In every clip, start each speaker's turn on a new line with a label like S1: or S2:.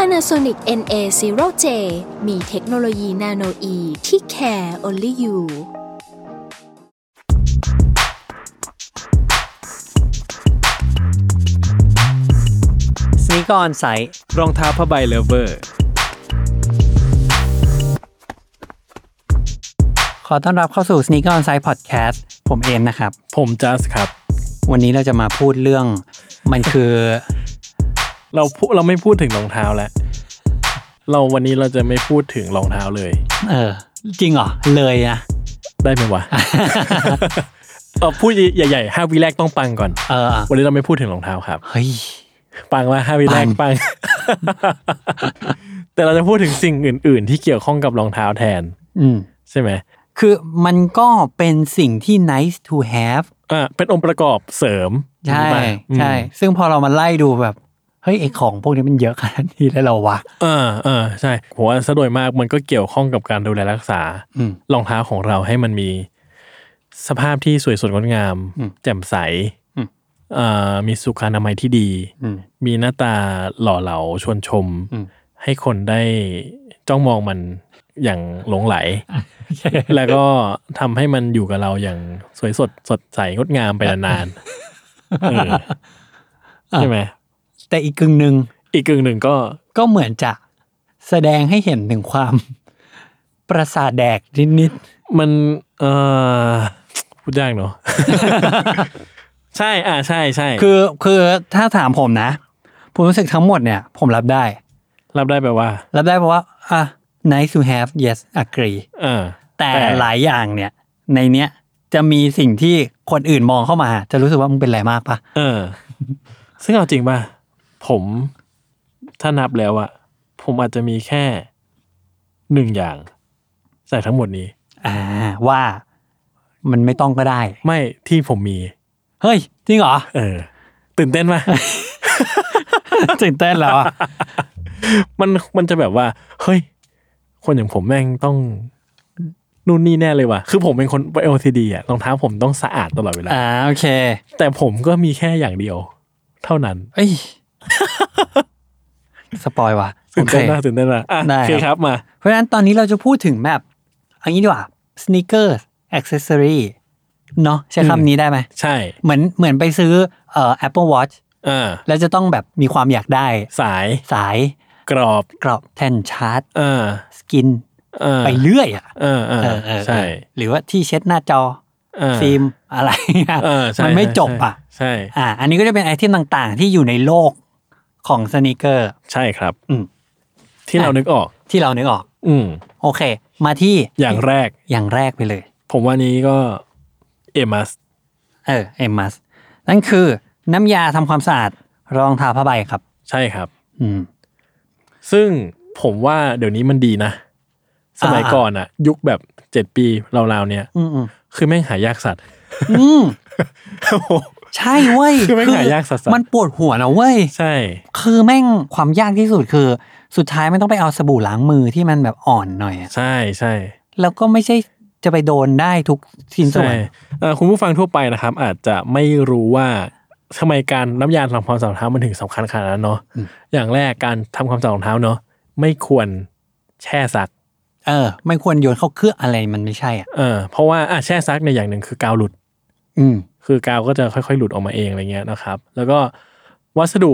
S1: Panasonic NA0J มีเทคโนโลยีนาโนอีที่ care only you
S2: สนิกออนไซต์
S3: รองเท้าผ้าใบเลเวอร์
S2: ขอต้อนรับเข้าสู่สนิกออนไซต์พอดแคสต์ผมเอมนะครับ
S3: ผมจัสครับ
S2: วันนี้เราจะมาพูดเรื่อง มันคือ
S3: เราพูเราไม่พูดถึงรองเท้าแล้ว เราวันนี้เราจะไม่พูดถึงรองเท้าเลย
S2: เออจริงเหรอ เลยนะ
S3: ได้ไหม วะ เอาพูดใหญ่ๆห้าวิแรกต้องปังก่อน
S2: เออ
S3: วันนี้เราไม่พูดถึงรองเท้าครับ
S2: เฮ้ย
S3: ปังว่าห้าวิแรก
S2: ปัง
S3: ปัง แต่เราจะพูดถึงสิ่งอื่น ๆ ที่เกี่ยวข้องกับรองเท้าแทน
S2: อืม
S3: ใช่ไหม
S2: คือมันก็เป็นสิ่งที่ nice to have
S3: อ่าเป็นองค์ประกอบเสริม
S2: ใช่
S3: ป่ะ
S2: ใช่
S3: อืม
S2: ซึ่งพอเรามาไล่ดูแบบ เฮ้ยไอของพวกนี้มันเยอะขนาดนี้แล้วเหราวะ
S3: อ่าอ่าใช่ผมว่าซะโดยมากมันก็เกี่ยวข้องกับการดูแลรักษา
S2: อืม
S3: รองเท้าของเราให้มันมีสภาพที่สวยสดงดงาม
S2: อืม
S3: แจ่มใส
S2: อืม
S3: เอ่อมีสุขอนามัยที่ดี
S2: อืม
S3: มีหน้าตาหล่อเหลาชวนชม
S2: อืม
S3: ให้คนได้จ้องมองมันอย่างหลงไหล แล้วก็ทำให้มันอยู่กับเราอย่างสวยสดสดใสงดงามไปนานๆเออใช่ไหม
S2: แต่อีกกึ่งหนึ่ง
S3: อีกกึ่งหนึ่งก็
S2: ก็เหมือนจะแสดงให้เห็นถึงความ ประสาทแดกนิด
S3: มันเออพูดยากเนาะ ใช่อ่าใช่ใช่
S2: ๆคือคือถ้าถามผมนะ ผมรู้สึกทั้งหมดเนี่ย ผมรับได้
S3: รับได้แปลว่า
S2: รับได้เพราะว่าอ่ะ nice to have yes agree
S3: เออ
S2: แต่
S3: แต่
S2: หลายอย่างเนี่ย ในเนี้ยจะมีสิ่งที่คนอื่นมองเข้ามา จะรู้สึกว่ามึงเป็นอะไรมากปะ
S3: เออ ซึ่งเอาจริงป่ะ ผมถ้านับแล้วอะผมอาจจะมีแค่หนึ่งอย่างใส่ทั้งหมดนี้
S2: อ่า ว่ามันไม่ต้องก็ได้
S3: ไม่ที่ผมมี
S2: เฮ้ย จริงเหรอ
S3: เออ ตื่นเต้น ป่ะ
S2: ตื่นเต้นแล้วอ่ะ
S3: มันมันจะแบบว่า เฮ้ย คนอย่างผมแม่งต้องนู่นนี่แน่เลยว่ะ คือผมเป็นคนไป LCD อะรองเท้าผมต้องสะอาดตลอดเวลา
S2: อ่าโอเค
S3: แต่ผมก็มีแค่อย่างเดียว เท่านั้น
S2: เอ้ย สปอยว่ะ
S3: ตื่นเต้น
S2: โอ
S3: นะ
S2: เค
S3: ตื่นเต้นนะอ่ะ
S2: ได้
S3: โอเค
S2: ค
S3: ค
S2: รั
S3: รับ บมา
S2: เพราะฉะนั้นตอนนี้เราจะพูดถึงแบบเอันนี้ดีกว่าสน e a เกอร์อ c เซสซอรีเนาะใช้
S3: อืม
S2: คำนี้ได้ไหม
S3: ใช่
S2: เหมือนเหมือนไปซื้อเอ่อ Apple Watch
S3: อ่า
S2: แล้วจะต้องแบบมีความอยากได้
S3: สาย
S2: สาย
S3: กรอบ
S2: กรอบแท่นชาร์จ
S3: อ่า
S2: สกิน
S3: อ่า
S2: ไปเรื่อยอ่ะ
S3: เออเออ
S2: เออเออ
S3: ใช่
S2: เออหรือว่าที่เช็ดหน้าจอ
S3: เออ
S2: ฟิล์มอะไร อะ
S3: เออใช่
S2: มันไม่จบอ่ะ
S3: ใช่
S2: อ่า อันนี้ก็จะเป็นไอเทมต่างๆ ที่อยู่ในโลกของสน e a เกอร์
S3: ใช่ครับ
S2: อืม
S3: ที่เรานึกออก
S2: ที่เรานึกออก
S3: อืม
S2: โอเค มาที่
S3: อย่างแรก
S2: อย่างแรกไปเลย
S3: ผมว่านี้ก็เอมัส
S2: เออเอมัสนั่นคือน้ำยาทำความสะอาดรองเท้าผ้าใบครับ
S3: ใช่ครับ
S2: อืม
S3: ซึ่งผมว่าเดี๋ยวนี้มันดีนะ สมัย
S2: อ่า
S3: ก่อนอะยุคแบบเจ็ดปีราวๆเนี่ย
S2: อืมอืม
S3: คือแม่งหายากสัตว์
S2: อืมใช่เว้ย
S3: คือแม่งหายากสัสๆ
S2: มันปวดหัวนะเว้ย
S3: ใช่
S2: คือแม่งความยากที่สุดคือ สุดท้ายมันต้องไปเอาสบู่ล้างมือที่มันแบบอ่อนหน่อยอะ
S3: ใช่ใช่
S2: แล้วก็ไม่ใช่จะไปโดนได้ทุกชิ้นส่
S3: ใช่
S2: วน
S3: เอ่อคุณผู้ฟังทั่วไปนะครับ อาจจะไม่รู้ว่าทำไมการน้ำยาทำความสะอาดรองเท้ามันถึงสำคัญขนาดนั้นเนาะอย่างแรกการทำความสะอาดรองเท้าเนาะไม่ควรแช่ซัก
S2: เออ ไม่ควรโยนเข้าเครื่องอะไรมันไม่ใช่อ่ะ
S3: เออเพราะว่าอ่ะแช่ซักในยอย่างหนึ่งคือกาวหลุด
S2: อืม
S3: คือกาวก็จะค่อยๆ หลุดออกมาเองอะไรเงี้ยนะครับ แล้วก็วัสดุ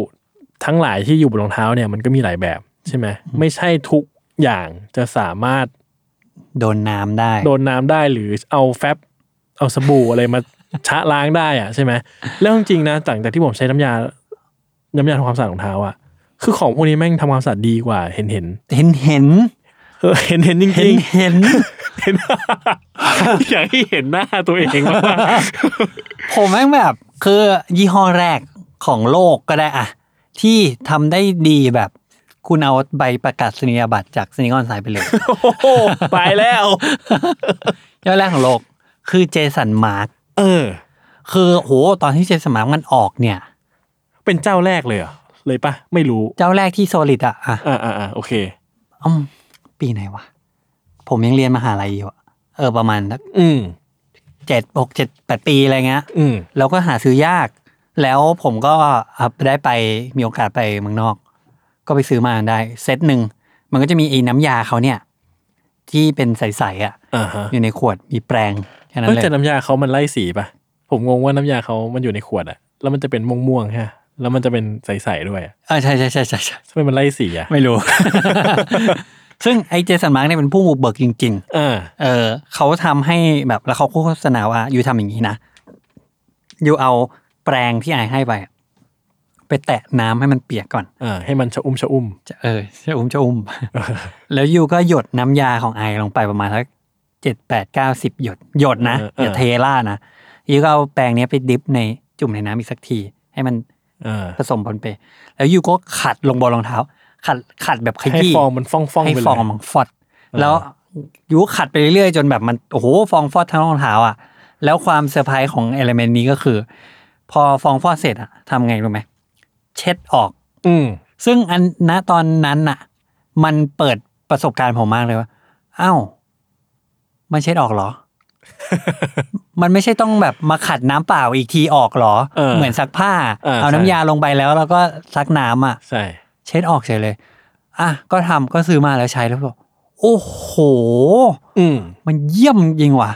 S3: ทั้งหลายที่อยู่บนรองเท้าเนี่ยมันก็มีหลายแบบใช่ไหมไม่ใช่ทุกอย่างจะสามารถ
S2: โดนน้ำได้
S3: โดนน้ำได้หรือเอาแฟบเอาสบู่อะไรมา ชะล้างได้อะใช่ไหมแล้วจริงๆนะต่างจากที่ผมใช้น้ำยา น้ำยาทำความสะอาดรองเท้าอะคือของพวกนี้แม่งทำความสะอาดดีกว่า เห็นเห็น
S2: เห็นเห็น
S3: ๆ เออเห็นเห็นจ
S2: เห็
S3: ริ
S2: น
S3: ง
S2: เห็น
S3: ๆเห็น อยากให้เห็นหน้าตัวเอง มาก
S2: ผมแม่งแบบคือยี่ห้อแรกของโลกก็ได้อะที่ทำได้ดีแบบ คุณเอาใบประกาศนียบัตรจากสนิกอนสายไปเลย
S3: โอ้โหไปแล้ว
S2: ยอดแรกของโลก คือเจสันมาร์ก
S3: เออ
S2: คือโหตอนที่เจสันมาร์กมันออกเนี่ย
S3: เป็นเจ้าแรกเลยเหรอเลยปะไม่รู้
S2: เจ้าแรกที่โซลิดอะอ่ะ
S3: อ่าอ่าอ่าโอเค
S2: อืมปีไหนวะ ผมยังเรียนมหาลัยอยู่อะเออประมาณสัก
S3: อืม
S2: เจ็ดหกเจ็ดแปดปีอะไรเงี้ย
S3: อืม
S2: เราก็หาซื้อยาก แล้วผมก็อ่ะได้ไปมีโอกาสไปเมืองนอก ก็ไปซื้อมาได้ เซตหนึ่ง มันก็จะมีไอ้น้ำยาเขาเนี่ย ที่เป็นใสๆอ่ะ
S3: อ่าฮะ
S2: อยู่ในขวดมีแปรงแค่นั้น
S3: เฮ้ย
S2: เลย
S3: แต่น้ำยาเขามันไล่สีปะผมงงว่าน้ำยาเขามันอยู่ในขวดอะแล้วมันจะเป็นม่วงๆฮะแล้วมันจะเป็นใสๆด้วยอะ
S2: เออใช่ใช่ใช่ใช่ใช่
S3: ทำไมมันไล่สีอะ
S2: ไม่รู้ ซึ่งไอ้เจสันมาร์กเนี่ยเป็นผู้บุกเบิกจริง
S3: อ่า
S2: ๆ เออเขาทำให้แบบแล้วเขาโฆษณาว่าอยู่ทำอย่างนี้นะอยู่เอาแปรงที่ไอายให้ไปอะไปแตะน้ำให้มันเปียกก่อน
S3: อ่าให้มันชะอุ้มชะอุ้ม
S2: จะเออจะอุ้มจะ อุ้ม แล้วยูก็หยดน้ำยาของไอลงไปประมาณสักเจ็ดแปดเก้าสิบหยดหยดนะ
S3: เออเอออ
S2: อย่าเทล่าดนะยูก็เอาแปรงเนี้ยไปดิฟในจุ่มในน้ำอีกสักที ให้มัน
S3: อ่า
S2: ผสมปนเป แล้วยูก็ขัดลงบนรองเท้า ขัดขัดแบบข
S3: ให้
S2: ยี้
S3: ฟองมันฟ่องๆ
S2: ให้
S3: ไปเล
S2: ฟ
S3: ย
S2: องมันฟอด แล้วยูก็ขัดไปเรื่อยๆจนแบบมันโอ้โหฟองฟอดทั้งรองเท้าอ่ะ แล้วความเซอร์ไพรส์ของเอลเมนต์นี้ก็คือ พอฟองฟอดเสร็จอะทำไงรู้ไหมเช็ดออก
S3: อืม
S2: ซึ่งอันณตอนนั้นน่ะ มันเปิดประสบการณ์ผมมากเลยว่าอ้าวมันเช็ดออกเห รอ มันไม่ใช่ต้องแบบมาขัดน้ำเปล่าอีกทีออกเหรอ
S3: เออ
S2: เหมือนซักผ้า
S3: เออ
S2: เอาน้ำ
S3: ใช่
S2: ยาลงไปแล้วแล้วก็ซักน้ำอ่ะ
S3: ใช่
S2: เช็ดออกเฉยเลย อ่ะก็ทำก็ซื้อมาแล้วใช้แล้วบอกโอ้โห
S3: อืม
S2: มันเยี่ยมจริงว่ะ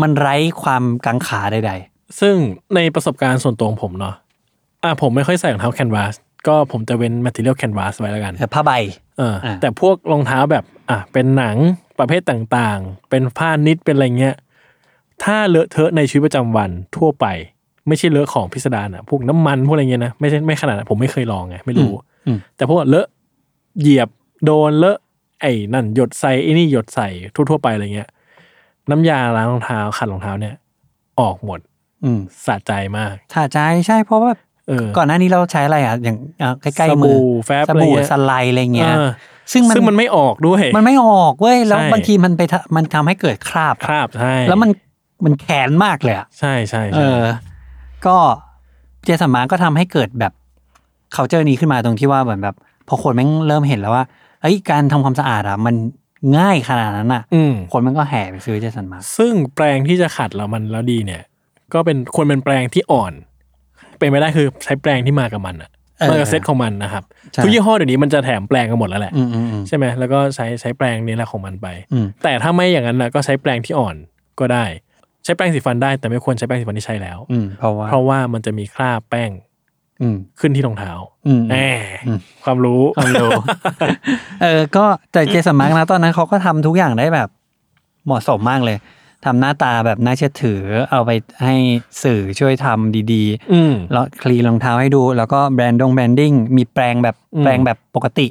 S2: มันไร้ความกังขาใด
S3: ซึ่งในประสบการณ์ส่วนตัวของผมเนาะอ่ะผมไม่ค่อยใส่รองเท้าแคนวาส ก็ผมจะเว้น material canvas ไว้แล้วกัน
S2: ๆแต่ผ้าใบ
S3: เออ
S2: อ่ะ
S3: แต่พวกรองเท้าแบบ อ่ะเป็นหนังประเภทต่างๆ เป็นผ้านิดเป็นอะไรเงี้ย ถ้าเลอะเทอะในชีวิตประจำวันทั่วไป ไม่ใช่เลอะของพิสดารอ่ะ พวกน้ำมันพวกอะไรเงี้ยนะ ไม่ใช่ไม่ขนาดนั้นผมไม่เคยลองไงไม่รู้
S2: อืม
S3: แต่พวกเลอะเหยียบโดนเลอะไอ้นั่นหยดใส่ไอ้นี่หยดใส่ทั่วๆไปอะไรเงี้ย น้ำยาล้างรองเท้าขัดรองเท้าเนี่ย ออกหมด
S2: อืม
S3: สะใจมาก
S2: ถ้าใจใช่เพราะว่า
S3: เออ
S2: ก่อนหน้านี้เราใช้อะไรอ่ะอย่างอ่ะใกล้
S3: ส
S2: ๆมื
S3: บู่
S2: อ
S3: แฟบ
S2: สบู่
S3: อะไรเงี้ย
S2: สไลด์อะไรเงี้ย
S3: เออ
S2: ซึ่งมัน
S3: ซึ่งมันไม่ออกด้วย
S2: มันไม่ออกเว้ยแล้ว
S3: ใช่
S2: บางทีมันไปทะมันทำให้เกิดคราบ
S3: คราบใช่
S2: แล้วมันมันแขนมากเลยอ่ะ
S3: ใช่ใช่
S2: เอ
S3: ใช่
S2: อ ก็เจสันมาร์ก็ทำให้เกิดแบบเคาเจอนี้ขึ้นมาตรงที่ว่าเหมือนแบบ พอคนแม่งเริ่มเห็นแล้วว่าเอ้ยการทำความสะอาดอ่ะ มันง่ายขนาดนั้นอ่ะ
S3: อืม
S2: คนมันก็แห่ไปซื้อเจสันมาร์
S3: ซึ่งแปรงที่จะขัดแล้วมันแล้วดีเนี่ย ก็เป็นควรเป็นแปรงที่อ่อน เป็นไม่ได้คือใช้แปรงที่มากับมันอะมากับเซ็ตของมันนะครับ
S2: ใช่
S3: ทุกยี่ห้อเดี๋ยวนี้มันจะแถมแปรงกันหมดแล้วแหละ
S2: อืมอืมอืม
S3: ใช่ไหมแล้วก็ใช้ใช้แปรงนี้แหละของมันไป
S2: อืม
S3: แต่ถ้าไม่อย่างนั้นนะก็ใช้แปรงที่อ่อนก็ได้ ใช้แปรงสีฟันได้แต่ไม่ควรใช้แปรงสีฟันที่ใช้แล้ว
S2: อืมเพราะว่า
S3: เพราะว่ามันจะมีคราบแป้ง
S2: อืม
S3: ขึ้นที่รองเท้า
S2: อืม
S3: แหมความรู้
S2: ความรู้ เออ ก็แต่เจสันมาร์กนะตอนนั้นเขาก็ทำทุกอย่างได้แบบเหมาะสมมากเลยทำหน้าตาแบบน่าเชื่อถือ เอาไปให้สื่อช่วยทำดี
S3: อืม
S2: ๆแล้วคลีนรองเท้าให้ดู แล้วก็แบรนด์ดงแบรนดิ้งมีแปรงแบบ
S3: อืม
S2: แปรงแบบปกติ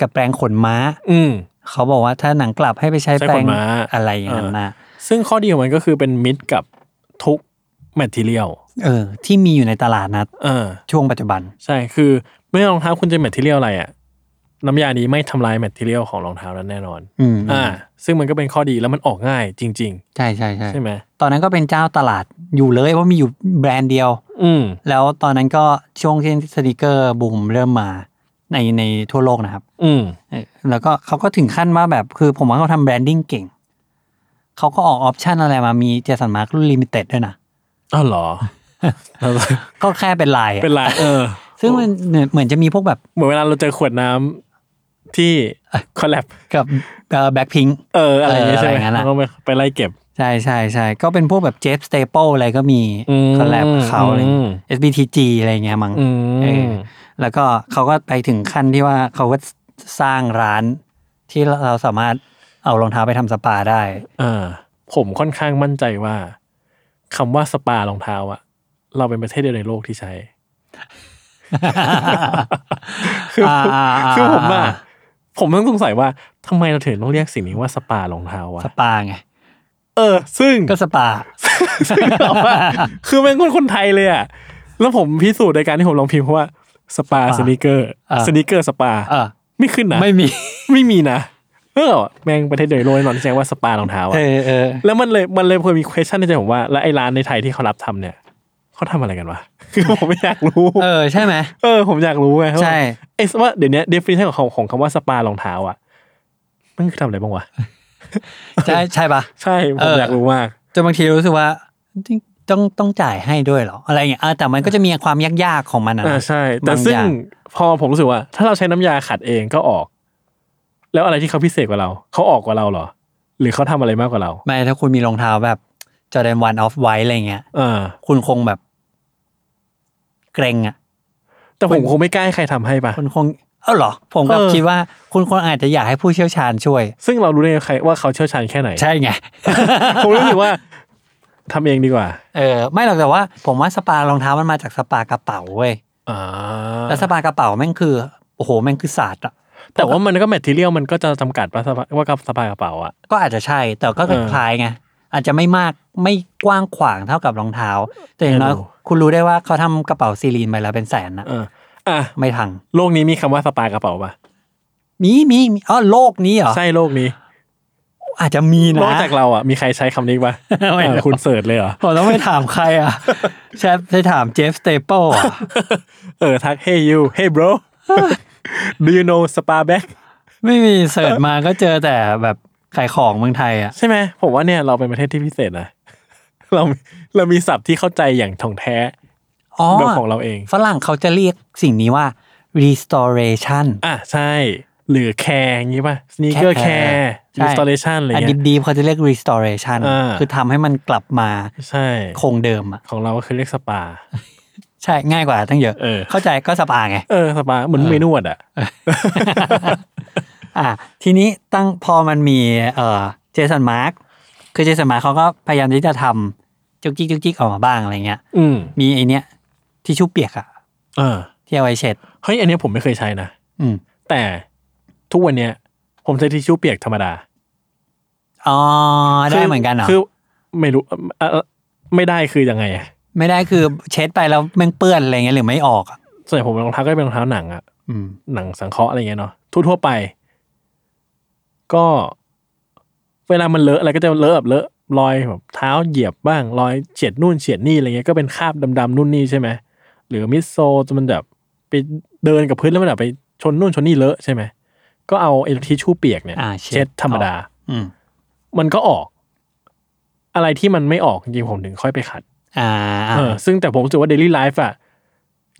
S2: กับแปรงขนม้า
S3: อืม
S2: เขาบอกว่าถ้าหนังกลับให้ไปใช้
S3: ใช้
S2: แปร
S3: ข
S2: ง
S3: นม้า
S2: อะไรอย่างนั้นนะ
S3: ซึ่งข้อดีของมันก็คือเป็นมิตรกับทุกแมทเทียล
S2: เออ ที่มีอยู่ในตลาดนะ
S3: เออ
S2: ช่วงปัจจุบัน
S3: ใช่ คือไม่ว่ารองเท้าคุณจะแมทเทียลอะไรอะน้ำยานี้ไม่ทำลายแมทเทียลของรองเท้านั้นแน่นอน
S2: อืม
S3: อ่า ซึ่งมันก็เป็นข้อดีแล้วมันออกง่ายจริง
S2: ใช่ใช่ใช่
S3: ๆ ใช่ไหม
S2: ตอนนั้นก็เป็นเจ้าตลาดอยู่เลยเพราะมีอยู่แบรนด์เดียว
S3: อืม
S2: แล้วตอนนั้นก็ช่วงที่สติกเกอร์บูมเริ่มมาในในทั่วโลกนะครับ
S3: อืม
S2: เออแล้วก็เขาก็ถึงขั้นว่าแบบคือผมว่าเขาทำแบรนดิ้งเก่ง เขาก็ออกออปชันอะไรมามีเจสันมาร์รุ่นลิมิเต็ดด้วยนะ
S3: อ้าวเหร อ
S2: ก็แค่เป็นลายอะ
S3: เป็นไรเออ
S2: ซึ่งมันเหมือนจะมีพวกแบบ
S3: เหมือนเวลาเราเจอขวดน้ำที่คอลแลบ
S2: กับแบ็คพิง
S3: เออ อะไรอย่างเงี้ย
S2: เออ
S3: ใช่ไหม
S2: อะไรอย่างนั้นอะ
S3: เราก็ไปไปไล่เก็บ
S2: ใช่ใช่ใช่ก็เป็นพวกแบบเจฟสเตเปิลอะไรก็มี
S3: อืม
S2: คอลแลบเขาอะไรอย่างเงี้ย
S3: อืม
S2: SBTG อะไรอย่างเงี้ยมั้ง
S3: อื
S2: เอ
S3: ม
S2: อ แล้วก็เขาก็ไปถึงขั้นที่ว่าเขาก็สร้างร้านที่เราสามารถเอารองเท้าไปทำสปาได้
S3: อ่าผมค่อนข้างมั่นใจว่าคำว่าสปารองเท้าอะเราเป็นประเทศเดียวในโลกที่ใช้ คืออา
S2: อ่าอ่า
S3: คือผมอะผมต้องสงสัยว่าทำไมเราถึงต้องเรียกสิ่งนี้ว่าสปารองเท้าวะ
S2: สปาไง
S3: เออ ซึ่ง
S2: ก็สปา
S3: ซึ่งเราว่า คือเป็นคนคนไทยเลยอะแล้วผมพิสูจน์ในการที่ผมลองพิมพ์เพราะว่าสปา
S2: สปา
S3: สนิเกอร์
S2: อ่า
S3: สนิเกอร์สปา
S2: เออ
S3: ไม่ขึ้นนะ
S2: ไม่มี
S3: ไม่มีนะเออแม่งประเทศเดียวในโลกแน่นอนที่ใช้ว่าสปารองเท้าอะ
S2: เออเออ
S3: แล้วมันเลยมันเลยเคยมี question ในใจผมว่าแล้วไอ้ร้านในไทยที่เขารับทำเนี่ยเขาทำอะไรกันวะ คือผมไม่อยากรู้
S2: เออใช่ไหม
S3: เออผมอยากรู้ไง
S2: ใช่
S3: ไอ้ว่าเดี๋ยวนี้ definition ของของคำว่าสปารองเท้าอ่ะมันคือทำอะไรบ้างวะ
S2: ใช่ใช่ปะ
S3: ใช่ผ
S2: เอ
S3: ม
S2: อ
S3: อ
S2: อ
S3: ยากรู้มาก
S2: จนบางทีรู้สึกว่าต้องต้องจ่ายให้ด้วยเหรออะไรอย่างเงี้ยเออแต่มันก็จะมีความยากๆของมันอะนะ
S3: อ่าใช่ แต่
S2: บาง
S3: ซึ่ง
S2: อย่าง
S3: พอผมรู้สึกว่า ถ้าเราใช้น้ำยาขัดเองก็ออก แล้วอะไรที่เขาพิเศษกว่าเรา เขาออกกว่าเราเหรอ หรือเขาทำอะไรมากกว่าเรา
S2: ไม่ถ้าคุณมีรองเท้าแบบจอแดนวันออฟไวท์อะไรเงี้ย
S3: อ่า
S2: คุณคงแบบ เกรงอะ
S3: แต่ผมคงไม่กล้าให้ใครทำให้ปะ
S2: คุณคงเออเหรอ ผมก็
S3: เออ
S2: คิดว่า คุณคงอาจจะอยากให้ผู้เชี่ยวชาญช่วย
S3: ซึ่งเรารู้ได้ไงใครว่าเขาเชี่ยวชาญแค่ไหน
S2: ใช่ไง
S3: ผมรู้สึกว่าทำเองดีกว่า
S2: เออไม่หรอกแต่ว่า ผมว่าสปารองเท้ามันมาจากสปากระเป๋าเว้ย
S3: อ่า
S2: แล้วสปากระเป๋าแม่งคือ โอ้โหแม่งคือศาสตร์อะ
S3: แต่ว่ามันก็แมทเทียลมันก็จะจำกัดว่าสภาว่ากับสภายกระเป๋าอะ
S2: ก็อาจจะใช่ แต่ก็คล้ายๆไงอาจจะไม่มากไม่กว้างขวางเท่ากับรองเท้า แต่อย่างน้อย
S3: ไม่รู้
S2: คุณรู้ได้ว่าเขาทำกระเป๋าซีรีนไปแล้วเป็นแสนนะ
S3: เอออ่ะ
S2: ไม่ทัง
S3: โลกนี้มีคำว่าสปายกระเป๋าปะ
S2: มีมีมีอ๋อโลกนี้เหรอ
S3: ใช่โลกนี้
S2: อาจจะมีนะ
S3: นอกจากเราอะมีใครใช้คำนี้ปะ
S2: ไม่รู้
S3: เออคุณเสิร์ชเลยเหรอ
S2: ผมต้องไปถามใครอ่ะ แชทไปถามเจฟสเตเปิลอ่ะ
S3: เออทัก hey you hey bro do you know spa bag
S2: ไม่มีเสิร์ชมาก็เจอแต่แบบขายของเมืองไทยอ่ะ
S3: ใช่ไหมผมว่าเนี่ยเราเป็นประเทศที่พิเศษนะ เราเรามีศัพท์ที่เข้าใจอย่างท่องแท้
S2: อ๋อ
S3: แบบของเราเอง
S2: ฝรั่งเขาจะเรียกสิ่งนี้ว่า restoration
S3: อ่ะใช่ หรือแคร์อย่างงี้ป่ะ sneaker care
S2: ใช่
S3: restoration อะไร
S2: อัน
S3: เงี้ย
S2: ดีๆเขาจะเรียก restoration
S3: อ่า
S2: คือทำให้มันกลับมา
S3: ใช่
S2: คงเดิมอ่ะ
S3: ของเราก็คือเรียกสปา
S2: ใช่ง่ายกว่าตั้งเยอะ
S3: เออ
S2: เข้าใจก็สปาไง
S3: เออสปาเหมือนไม่นวดอ่ะ
S2: อ่ะทีนี้ตั้งพอมันมีเอ่อเจสันมาร์กคือเจสันมาร์กเขาก็พยายามที่จะทำจุกจิกจุกจิกออกมาบ้างอะไรเงี้ย
S3: อืม
S2: มีไอเนี้ยที่ชู่เปียกอะ
S3: เออ
S2: ที่เอาไว้เช็ด
S3: เฮ้ยอันเนี้ยผมไม่เคยใช้นะ
S2: อืม
S3: แต่ทุกวันเนี้ย ผมใช้ทิชชู่เปียกธรรมดา
S2: อ๋อได้เหมือนกันเหรอ
S3: คือไม่รู้เอ่อเอ่อไม่ได้คือยังไงอะ
S2: ไม่ได้คือเช็ดไปแล้วแม่งเปื้อนอะไรเงี้ยหรือไม่ออกอะ
S3: ส่วนใหญ่ผมรองเท้าก็เป็นรองเท้าหนังอะ
S2: อืม
S3: หนังสังเคราะห์อะไรเงี้ยเนาะทั่วๆไป ก็ เวลามันเลอะอะไรก็จะเลอะแบบเลอะรอยแบบเท้าเหยียบบ้าง รอยเฉียดนู่นเฉียดนี่อะไรเงี้ยก็เป็นคราบดำๆนู่นนี่ใช่ไหมหรือมิดโซลจนมันแบบไปเดินกับพื้นแล้วมันแบบไปชนนู่นชนนี่เลอะใช่ไหมก็เอาไอ้ทิชชู่เปียกเนี่ย
S2: อ่าเช็ด
S3: ดธรรมดา
S2: อืม
S3: มันก็ออก อะไรที่มันไม่ออกจริงๆผมถึงค่อยไปขัด
S2: อ่า
S3: เออซึ่งแต่ผมรู้สึกว่าเดลี่ไลฟ์อะ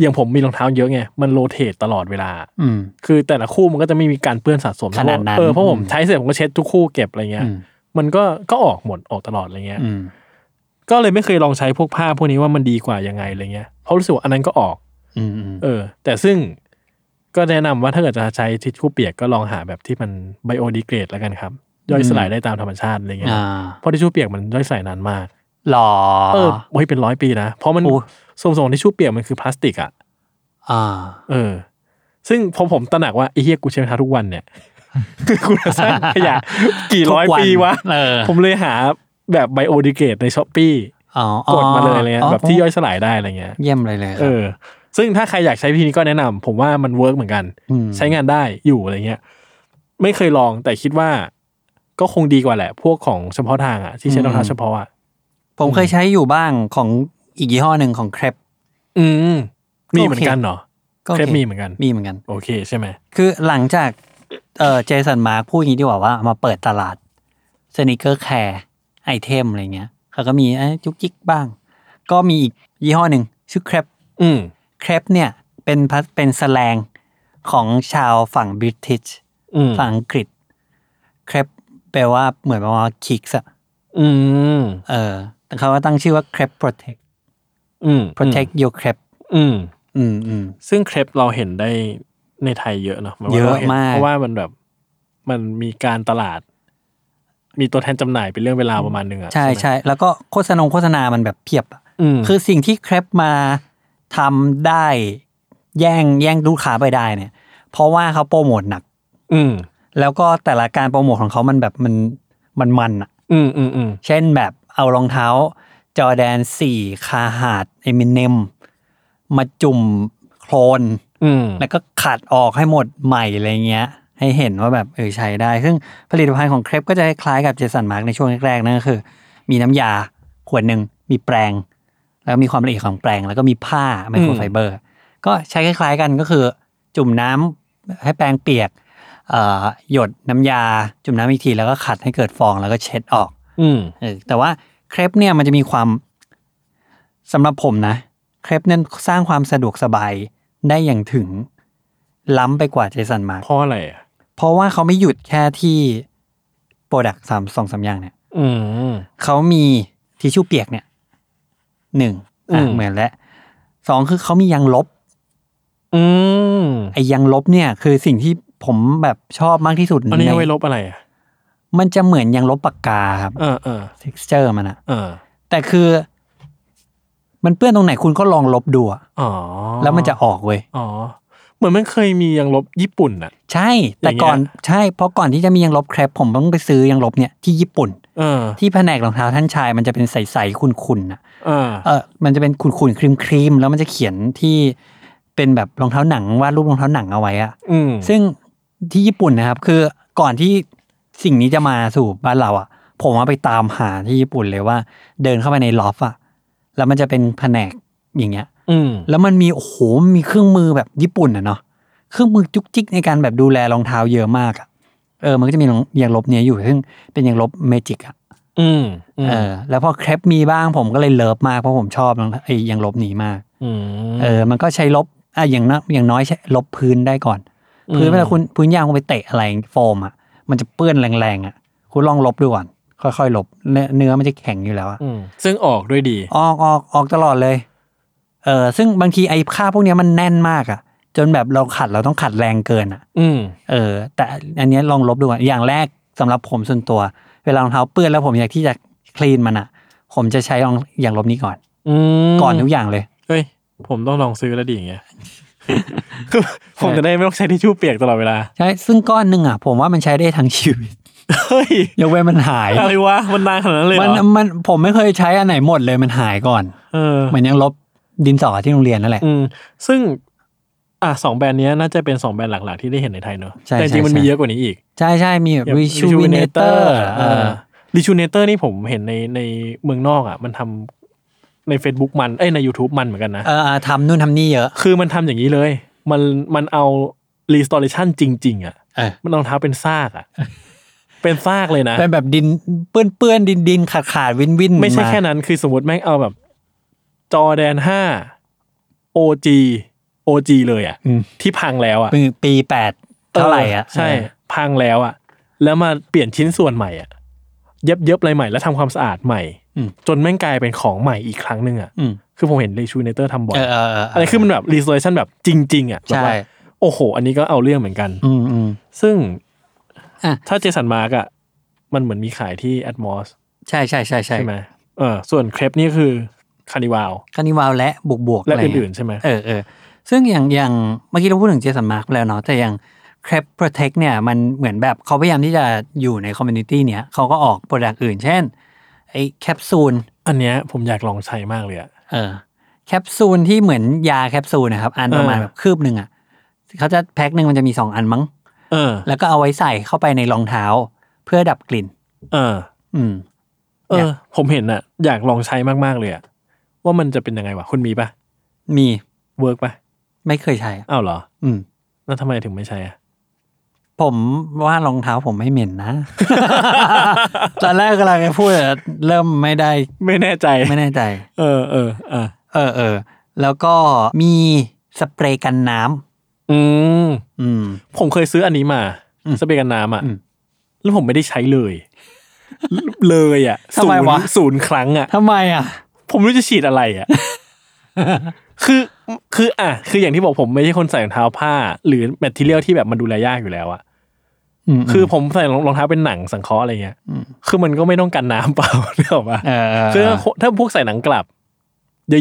S3: อย่างผมมีรองเท้าเยอะไง มันโรเตทตลอดเวลา
S2: อืม
S3: คือแต่ละคู่มันก็จะไม่มีการเปื้อนสะสม
S2: ขนาดนั้น
S3: เออเพราะผม
S2: อืม
S3: ใช้เสร็จผมก็เช็ดทุกคู่เก็บอะไรเงี้ย
S2: อืม
S3: มันก็ก็ออกหมดออกตลอดอะไรเงี้ย
S2: อืม
S3: ก็เลยไม่เคยลองใช้พวกผ้าพวกนี้ว่ามันดีกว่ายังไงอะไรเงี้ยเพราะรู้สึกว่าอันนั้นก็ออก
S2: อืมอืม
S3: เออ แต่ซึ่งก็แนะนำว่าถ้าเกิดจะใช้ทิชชู่เปียกก็ลองหาแบบที่มันไบโอดีเกรดแล้วกันครับ ย่อยสลายได้ตามธรรมชาติอะไรเงี้ย
S2: อ่า
S3: เพราะทิชชู่เปียกมันย่อยสลายนานมาก
S2: หล่อ
S3: เออเฮ้ยเป็นร้อยปีนะเพราะมัน
S2: โอ้
S3: ส่วนผสมของทิชชู่เปียกมันคือพลาสติกอะ
S2: อ่า
S3: เออ ซึ่งพอผมตระหนักว่าไอ้เฮียกูใช้รองเท้าทุกวันเนี่ย คือกูจะสร้างข ยะกี่ร้อย
S2: ทุกน
S3: ปีวะ
S2: เออ
S3: ผมเลยหาแบบไบโอดีเกตในช้อปปี้
S2: อ๋อก
S3: ดมาเลยอะไรเงี้ย
S2: อ๋อ
S3: แบบที่ย่อยสลายได้อะไรเงี้ย
S2: เยี่ยมเลยเลยครับ
S3: เออ ซึ่งถ้าใครอยากใช้วิธีนี้ก็แนะนำผมว่ามันเวิร์กเหมือนกัน
S2: ม
S3: ใช้งานได้อยู่อะไรเงี้ย ไม่เคยลองแต่คิดว่า ก็คงดีกว่าแหละ พวกของเฉพาะทางอะที่ใช้รองเท้าเฉพาะอะ
S2: ผมเคยใช้อยู่บ้างของอีกยี่ห้อหนึ่งของเครป
S3: อืมมีเหมือนกันเหรอ
S2: ก็โอ
S3: เค
S2: เค
S3: รปมีเหมือนกัน
S2: มีเหมือนกัน
S3: โอเคใช่ไหม
S2: คือหลังจากเอ่อเจสันมาร์พูดอย่างนี้ดีกว่าว่ามาเปิดตลาดสนิเกอร์แคร์ไอเทมอะไรเงี้ยเขาก็มีเอ้ยจุกจิกบ้าง ก็มีอีกยี่ห้อหนึ่งชื่อเครป
S3: อืม
S2: เครปเนี่ยเป็นพัสเป็นสแลงของชาวฝั่งบริติช
S3: อืม
S2: ฝั่งอังกฤษเครปแปลว่าเหมือนประมาณคิกส์อะ
S3: อืม
S2: เออแต่เขาก็ตั้งชื่อว่าเครป protect
S3: อืม
S2: protect your crep
S3: อืม
S2: อืมอืม
S3: ซึ่งเครปเราเห็นได้ในไทยเยอะเนาะหมายว่า
S2: เยอะ
S3: ราห็น
S2: มาก
S3: เพราะว่ามันแบบมันมีการตลาด มีตัวแทนจำหน่ายเป็นเรื่องเวลาประมาณหนึ่งอะ
S2: ใช่
S3: ไหม
S2: ใช่แล้วก็โฆษณาโฆษณามันแบบเพียบอะ
S3: อืม
S2: คือสิ่งที่แครปมาทำได้แย่งแย่งลูกค้าไปได้เนี่ย เพราะว่าเขาโปรโมทหนัก
S3: อืม
S2: แล้วก็แต่ละการโปรโมทของเขามันแบบมันมันมันอะ
S3: อืมอืมอืม
S2: เช่นแบบเอารองเท้าจอแดนสี่คาหาดเอมิเนมมาจุ่มโคลน
S3: อืม
S2: แล้วก็ขัดออกให้หมดใหม่อะไรเงี้ย ให้เห็นว่าแบบเออใช้ได้ ซึ่งผลิตภัณฑ์ของเครปก็จะคล้ายกับเจสันมาร์กในช่วงแรกๆนั่นก็คือ มีน้ำยาขวดหนึ่งมีแปรง แล้วก็มีความละเอียดของแปรง แล้วก็มีผ้าไมโครไฟเบอร์ ก็ใช้คล้ายๆกันก็คือ จุ่มน้ำให้แปรงเปียกเอ่อหยดน้ำยา จุ่มน้ำอีกทีแล้วก็ขัดให้เกิดฟองแล้วก็เช็ดออก
S3: อืม
S2: เออแต่ว่าเครปเนี่ยมันจะมีความสำหรับผมนะเครปเนี่ยสร้างความสะดวกสบายได้อย่างถึง ล้ำไปกว่าเจสันมาร์ก
S3: เพราะอะไรอ่ะ
S2: เพราะว่าเขาไม่หยุดแค่ที่โปรดักสามสองสามอย่างเนี่ย
S3: อืม
S2: เขามีทิชชู่เปียกเนี่ยหนึ่งอ่ะ
S3: อืม
S2: เหมือนแล้วสองคือเขามียางลบ
S3: อืม
S2: ไอ้ยางลบเนี่ย คือสิ่งที่ผมแบบชอบมากที่สุด
S3: อันนี้
S2: ใน
S3: เอาไว้ลบอะไรอ่ะ
S2: มันจะเหมือนยางลบปากกาครับ
S3: เออเออ
S2: texture มันอะ
S3: เออ
S2: แต่คือ มันเปื้อนตรงไหนคุณก็ลองลบดูอะ
S3: อ๋อ
S2: แล้วมันจะออกเว้ย
S3: อ๋อ เหมือนมันเคยมียังลบญี่ปุ่นอ่ะ
S2: ใช่ แต่ก่อน
S3: อย่างเงี้ย
S2: ใช่เพราะก่อนที่จะมียังลบแครปผมต้องไปซื้อยังลบเนี่ยที่ญี่ปุ่น
S3: เออ
S2: ที่แผนกรองเท้าท่านชาย มันจะเป็นใสๆขุ่นๆนะ
S3: เออ
S2: เออมันจะเป็นขุ่นๆครีมๆแล้วมันจะเขียนที่เป็นแบบรองเท้าหนังวาดรูปรองเท้าหนังเอาไว้อะ
S3: อืม
S2: ซึ่งที่ญี่ปุ่นนะครับ คือก่อนที่สิ่งนี้จะมาสู่บ้านเราอะผมว่าไปตามหาที่ญี่ปุ่นเลยว่า เดินเข้าไปในลอฟอะแล้วมันจะเป็นแผนกอย่างเงี้ย
S3: อืม
S2: แล้วมันมีโอ้โหมีเครื่องมือแบบญี่ปุ่นอ่ะเนาะเครื่องมือจุกจิกในการแบบดูแลรองเท้าเยอะมากอะเออมันก็จะมีรองยางลบเนี้ยอยู่ซึ่งเป็นยางลบเมจิกอ่ะ
S3: อืม
S2: เออแล้วพอเครปมีบ้างผมก็เลยเลิฟมากเพราะผมชอบรองไอ้ยางลบนี้มาก
S3: อืม
S2: เออมันก็ใช้ลบอ่ะอย่างน้อยอย่างน้อยใช้ลบพื้นได้ก่อน
S3: อืม
S2: พื้นเวลาคุณพื้นยางคุณไปเตะอะไรโฟมอ่ะมันจะเปื้อนแรงๆอ่ะคุณลองลบดูก่อนค่อยๆลบเนื้อเนื้อมันจะแข็งอยู่แล้วอะ
S3: มซึ่งออกด้วยดี
S2: ออกออกออกตลอดเลย เออซึ่งบางทีไอ้ค่าพวกเนี้ยมันแน่นมากอะ่ะ จนแบบเราขัดเราต้องขัดแรงเกินอะ่ะ
S3: อืม
S2: เออ แต่อันเนี้ยลองลบดูอะอย่างแรกสำหรับผมส่วนตัว เวลารองเท้าเปื้อนแล้วผมอยากที่จะคลีนมันอะ่ะ ผมจะใช้รองอย่างลบนี้ก่อน
S3: อืม
S2: ก่อนทุกอย่างเลย
S3: เฮ้ย ผมต้องลองซื้อแล้วดีอย่างเงี้ยคือ ผมจะได้ไม่ต้องใช้ทิชชู่เปียกตลอดเวลา
S2: ใช่ ซึ่งก้อนหนึ่งอะ่ะ ผมว่ามันใช้ได้ทั้งชีวิต
S3: เฮ้ย
S2: ยกเว้นมัน หาย
S3: อะไรวะ มันนานขนาดนั้นเลยเหร
S2: มัน
S3: อ
S2: มันผมไม่เคยใช้อันไหนหมดเลยมันหายก่อน
S3: เออ
S2: เหมือนยังลบดินสอที่โรงเรียนนั่นแหละ
S3: อืมซึ่ง อ่ะสองแบรนด์เนี้ยน่าจะเป็นสองแบรนด์หลักๆที่ได้เห็นในไทยเนอะ
S2: ใช่
S3: แต่จริงๆมัน
S2: ใช่
S3: มีเยอะกว่านี้อีก
S2: ใช่ใช่มีแบบ r e t u v i n a t o r เออ
S3: รีชูเนเตอร์นี่ผมเห็นในในเมืองนอกอ่ะ มันทำใน Facebook มัน เอ้ยใน YouTube มันเหมือนกันนะ
S2: เออทำนู่นทำนี่เยอะ
S3: คือมันทำอย่างนี้เลย มันมันเอารีสตอเรชันจริง ๆ อ่ะ
S2: เออ
S3: มันรองเท้าเป็นซากอ่ะ เป็นซากเลยนะ
S2: เป็นแบบดินเปื้อนเปื้อนดินดินขาดขาดวินวิน
S3: ไม่ใช่แค่
S2: า
S3: นั้นคือสมมติแม่งเอาแบบ จอแดนห้า OG OG เลยอ่ะ
S2: อืม
S3: ที่พังแล้วอ่ะ
S2: ปีปีแปดเท่าไหร่อ่ะ
S3: เใช่
S2: เออ
S3: พังแล้วอ่ะ แล้วมาเปลี่ยนชิ้นส่วนใหม่อ่ะ เย็บเย็บอะไรใหม่แล้วทำความสะอาดใหม่
S2: อืม
S3: จนแม่งกลายเป็นของใหม่อีกครั้งหนึ่งอ่ะ
S2: อืม
S3: คือผมเห็นเลชูเนเตอร์ทำบ่อย
S2: เออเออเออ
S3: อันนี้คือมันแบบรีสโตรชันแบบจริง ๆ อ่ะแบบ
S2: ใช่
S3: ว่าโอ้โห อันนี้ก็เอาเรื่องเหมือนกัน
S2: อืมอืม
S3: ซึ่ง
S2: อ่ะ
S3: ถ้าเจสันมาร์กอ่ะ มันเหมือนมีขายที่แอดมอส
S2: ใช่ใช่ใช่ใช่
S3: ใช่ไหมเออส่วนเครปนี่คือคานิวาว
S2: คานิวาวและบวกบวก
S3: และ
S2: ไร
S3: อื่น ๆ ใช่ไหม
S2: เออเออซึ่งอย่างอย่างเมื่อกี้เราพูดถึงเจสันมาร์กแล้วเนาะแต่อย่างแครปโปรเทคเนี่ยมันเหมือนแบบเขาพยายามที่จะอยู่ในคอมมูนิตี้เนี้ยเขาก็ออกโปรดักต์อื่น เช่นไอ้แคปซูล
S3: อันเนี้ยผมอยากลองใช้มากเลยอ่ะ
S2: เออแคปซูลที่เหมือนยาแคปซูลนะครับ อันประมาณ
S3: เออ
S2: แบบคืบหนึ่งอ่ะเขาจะแพ็คหนึ่งมันจะมีสองอันมั้ง
S3: เออ
S2: แล้วก็เอาไว้ใส่เข้าไปในรองเท้าเพื่อดับกลิ่น
S3: เออ
S2: อืม
S3: เอ
S2: เนี่ย
S3: อผมเห็นอะอยากลองใช้มาก ๆ เลยอะว่ามันจะเป็นยังไงวะคุณมีปะ
S2: มี
S3: เวิร์กปะ
S2: ไม่เคยใช้อะ
S3: อ้าวเหรอ
S2: อืม
S3: แล้วทำไมถึงไม่ใช้อะ
S2: ผมว่ารองเท้าผมไม่เหม็นนะ ตอนแรกกำลังจะพูดอะเริ่มไม่ได้
S3: ไม่แน่ใจ
S2: ไม่แน่ใจ
S3: เออเอออ่ะ
S2: เออเออแล้วก็มีสเปรย์กันน้ำ
S3: อืม
S2: อืม
S3: ผมเคยซื้ออันนี้มา
S2: อืม
S3: สเปรย์กันน้ำอะ
S2: อืม
S3: แล้วผมไม่ได้ใช้เลย เลยอะ
S2: ทำ
S3: ศู
S2: ไม
S3: น
S2: วะ
S3: ย์ศูนย์ครั้งอะ
S2: ทำไมอ่ะ
S3: ผมไม่รู้จะฉีดอะไรอะ คือคืออ่ะคืออย่างที่บอกผมไม่ใช่คนใส่รองเท้าผ้า หรือแมทเทียลที่แบบมันดูแลยากอยู่แล้วอะ
S2: อืม
S3: คือผมใส่รองรองเท้าเป็นหนังสังเคราะห์อะไรเงี้ย
S2: อืม
S3: คือมันก็ไม่ต้องกันน้ำเปล่า เนกออกปะ
S2: เออเออ
S3: คือถ้าถ้าพวกใส่หนังกลับ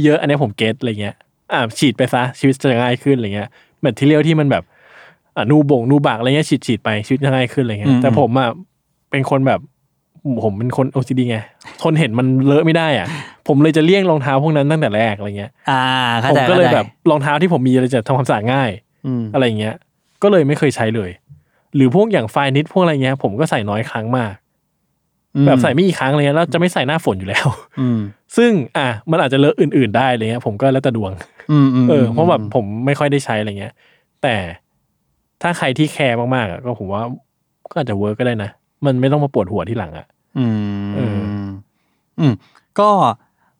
S3: เยอะๆ อันนี้ผมเก็ตอะไรเงี้ย อ่าฉีดไปซะชีวิตจะง่ายขึ้นอะไรเงี้ยแมทเทียลที่มันแบบอ่ะนูบ่งนูบากอะไรเงี้ยฉีดฉีดไปชีวิตจะง่ายขึ้นอะไรเงี้ยแต่ผมอ่ะเป็นคนแบบ ผมเป็นคน OCD ไงทนเห็นมันเลอะไม่ได้อ่ะ ผมเลยจะเลี่ยงรองเท้าพวกนั้นตั้งแต่แรกอะไรเงี้ย
S2: อ่าเข้า
S3: ผม
S2: ใจ
S3: ก็เลย
S2: ข้าใจ
S3: แบบรองเท้าที่ผมมีเลยจะทำความสะอาดง่าย
S2: อืม
S3: อะไรเงี้ย ก็เลยไม่เคยใช้เลย หรือพวกอย่างไฟนิดพวกอะไรเงี้ย ผมก็ใส่น้อยครั้งมาก แบบใส่ไม่กี่ครั้งเลยนะแล้วจะไม่ใส่หน้าฝนอยู่แล้ว
S2: อืม
S3: ซึ่งอ่ะมันอาจจะเลอะอื่น ๆ ได้อะไรเงี้ย ผมก็แล้วแต่ดวง
S2: อืมม
S3: เออเพราะแบบผมไม่ค่อยได้ใช้อะไรเงี้ย แต่ถ้าใครที่แคร์มากๆอ่ะก็ผมว่าก็อาจจะเวิร์กก็ได้นะ มันไม่ต้องมาปวดหัวที่หลังอ่ะ
S2: อื
S3: เออ
S2: มอืมก็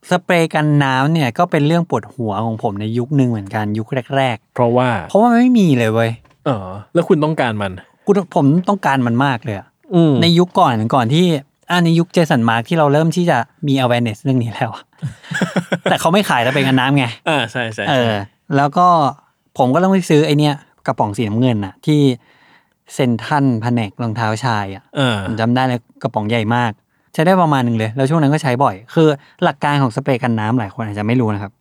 S2: สเปรย์กันน้ำเนี่ยก็เป็นเรื่องปวดหัวของผมในยุคหนึ่งเหมือนกันยุคแรก
S3: เพราะว่า
S2: ๆ เพราะว่ามันไม่มีเลยเว้ย
S3: เออแล้วคุณต้องการมัน
S2: กูผมต้องการมันมากเลยอะ
S3: อืม
S2: ในยุคก่อนก่อนที่อ่าในยุคเจสันมาร์กที่เราเริ่มที่จะมี awareness เรื่องนี้ แล้วอะ แต่เขาไม่ขายสเปรย์กันน้ำไง
S3: อ่าใช่ใช่
S2: เอ
S3: ใช่
S2: อ แล้วก็ผมก็ต้องไปซื้อไอเนี้ยกระป๋องสีน้ำเงินน่ะ ที่เซนทรันแผนกรองเท้าชายอ่ะ
S3: เออ
S2: ผมจำได้เลยกระป๋องใหญ่มาก ใช้ได้ประมาณหนึ่งเลย แล้วช่วงนั้นก็ใช้บ่อย คือหลักการของสเปรย์กันน้ำหลายคนอาจจะไม่รู้นะครับ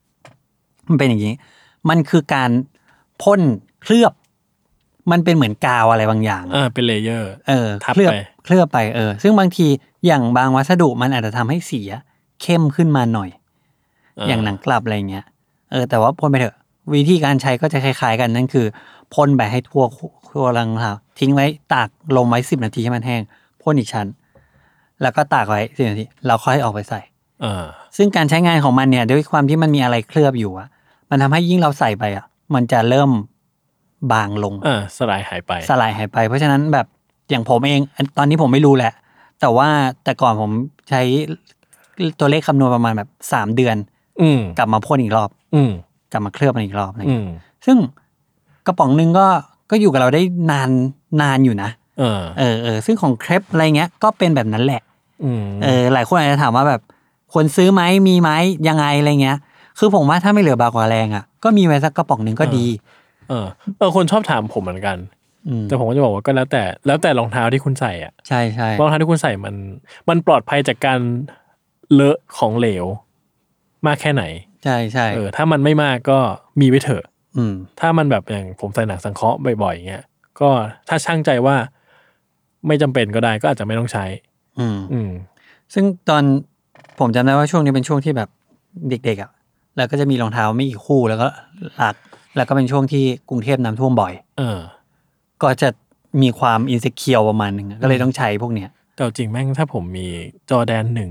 S2: มันเป็นอย่างนี้ มันคือการพ่นเคลือบ มันเป็นเหมือนกาวอะไรบางอย่าง
S3: อ่าเป็นเลเยอร์
S2: เออ
S3: ทับ
S2: เคลือบ
S3: ไป
S2: เคลือบไปเออ ซึ่งบางทีอย่างบางวัสดุมันอาจจะทำให้เสียเข้มขึ้นมาหน่อย อย่างหนังกลับอะไรเงี้ย เออ แต่ว่าพ่นไปเถอะ วิธีการใช้ก็จะคล้าย ๆ กันนั่นคือพ่นไปให้ทั่วทั่วรังเราทิ้งไว้ตากลมไว้สิบนาทีให้มันแห้งพ่นอีกชั้น แล้วก็ตากไว้สิบนาทีเราค่อยออกไปใส่
S3: เออ
S2: ซึ่งการใช้งานของมันเนี่ย ด้วยความที่มันมีอะไรเคลือบอยู่อะมันทำให้ยิ่งเราใส่ไปอะมันจะเริ่มบางลง
S3: อ่าสลายหายไป
S2: สลายหายไป เพราะฉะนั้นแบบอย่างผมเองอันตอนนี้ผมไม่รู้แหละ แต่ว่าแต่ก่อนผมใช้ตัวเลขคำนวณประมาณแบบสามเดือน
S3: อืม
S2: กลับมาพ่นอีกรอบ
S3: อืม
S2: กลับมาเคลือบมันอีกรอบอะไร
S3: อื
S2: เงี้ย
S3: ม
S2: ซึ่งกระป๋องหนึ่งก็ก็อยู่กับเราได้นานนานอยู่นะ
S3: เออ
S2: เออเออซึ่งของเครปอะไรเงี้ยก็เป็นแบบนั้นแหละ
S3: อืม
S2: เออหลายคนอาจจะถามว่าแบบควรซื้อไหมมีไหมยังไงอะไรเงี้ย คือผมว่าถ้าไม่เหลือบากกว่าแรงอ่ะก็มีไว้สักกระป๋องหนึ่งก็ดี
S3: เออเออคนชอบถามผมเหมือนกัน
S2: อืม
S3: แต่ผมก็จะบอกว่าก็แล้วแต่ แล้วแต่รองเท้าที่คุณใส่อ่ะ
S2: ใช่ใช่
S3: รองเท้าที่คุณใส่มัน มันปลอดภัยจากการเลอะของเหลว มากแค่ไหน
S2: ใช่ใช่
S3: เออ ถ้ามันไม่มากก็มีไว้เถอะ
S2: อืม
S3: ถ้ามันแบบอย่างผมใส่หนังสังเคราะห์บ่อยๆอย่างเงี้ย ก็ถ้าช่างใจว่าไม่จำเป็นก็ได้ก็อาจจะไม่ต้องใช้
S2: อืม
S3: อืม
S2: ซึ่งตอนผมจำได้ว่าช่วงนี้เป็นช่วงที่แบบเด็กๆอ่ะแล้วก็จะมีรองเท้าไม่กี่คู่แล้วก็หลัก แล้วก็เป็นช่วงที่กรุงเทพน้ำท่วมบ่อย
S3: เออ
S2: ก็จะมีความอินสิเคียวประมาณหนึ่งอะก็เลยต้องใช้พวกเนี้ย
S3: แต่จริงแม่งถ้าผมมีจอแดนหนึ่ง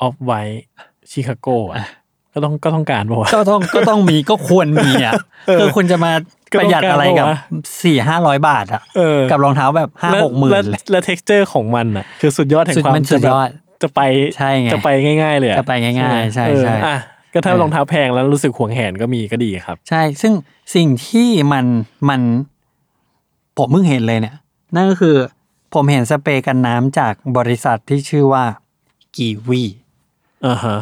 S3: ออฟไวชิคาโกอ่ะ ก็ต้องก็ต้องการป่าวะ
S2: ก็ต้อง ก็ต้องมีก็ควรมีอ่ะคือคุณจะมาประหยัดอะไรกับ
S3: ก็ต้องการปะ
S2: สี่ห้าร้อยบาทอ่ะ
S3: เออ
S2: กับรองเท้าแบบห้า
S3: และ
S2: หกหมื่
S3: และ
S2: นเลย
S3: และ texture ของมันอ่ะ คือสุดยอดแห่ง
S2: สุด
S3: ความ
S2: มันสุดยอด
S3: จะแบบจะไป
S2: ใช่ไง
S3: จะไปง่ายๆเลยอ
S2: จะไปง่ายๆใช่
S3: เออ
S2: ใช่
S3: อ่ะก็ถ้า
S2: เออ
S3: รองเท้าแพงแล้วรู้สึกหวงแหนก็มีก็ดีครับ
S2: ใช่ ซึ่งสิ่งที่มันมันผมเพิ่งเห็นเลยเนี่ย นั่นก็คือผมเห็นสเปรย์กันน้ำจากบริษัทที่ชื่อว่ากีวี
S3: อ่าฮะ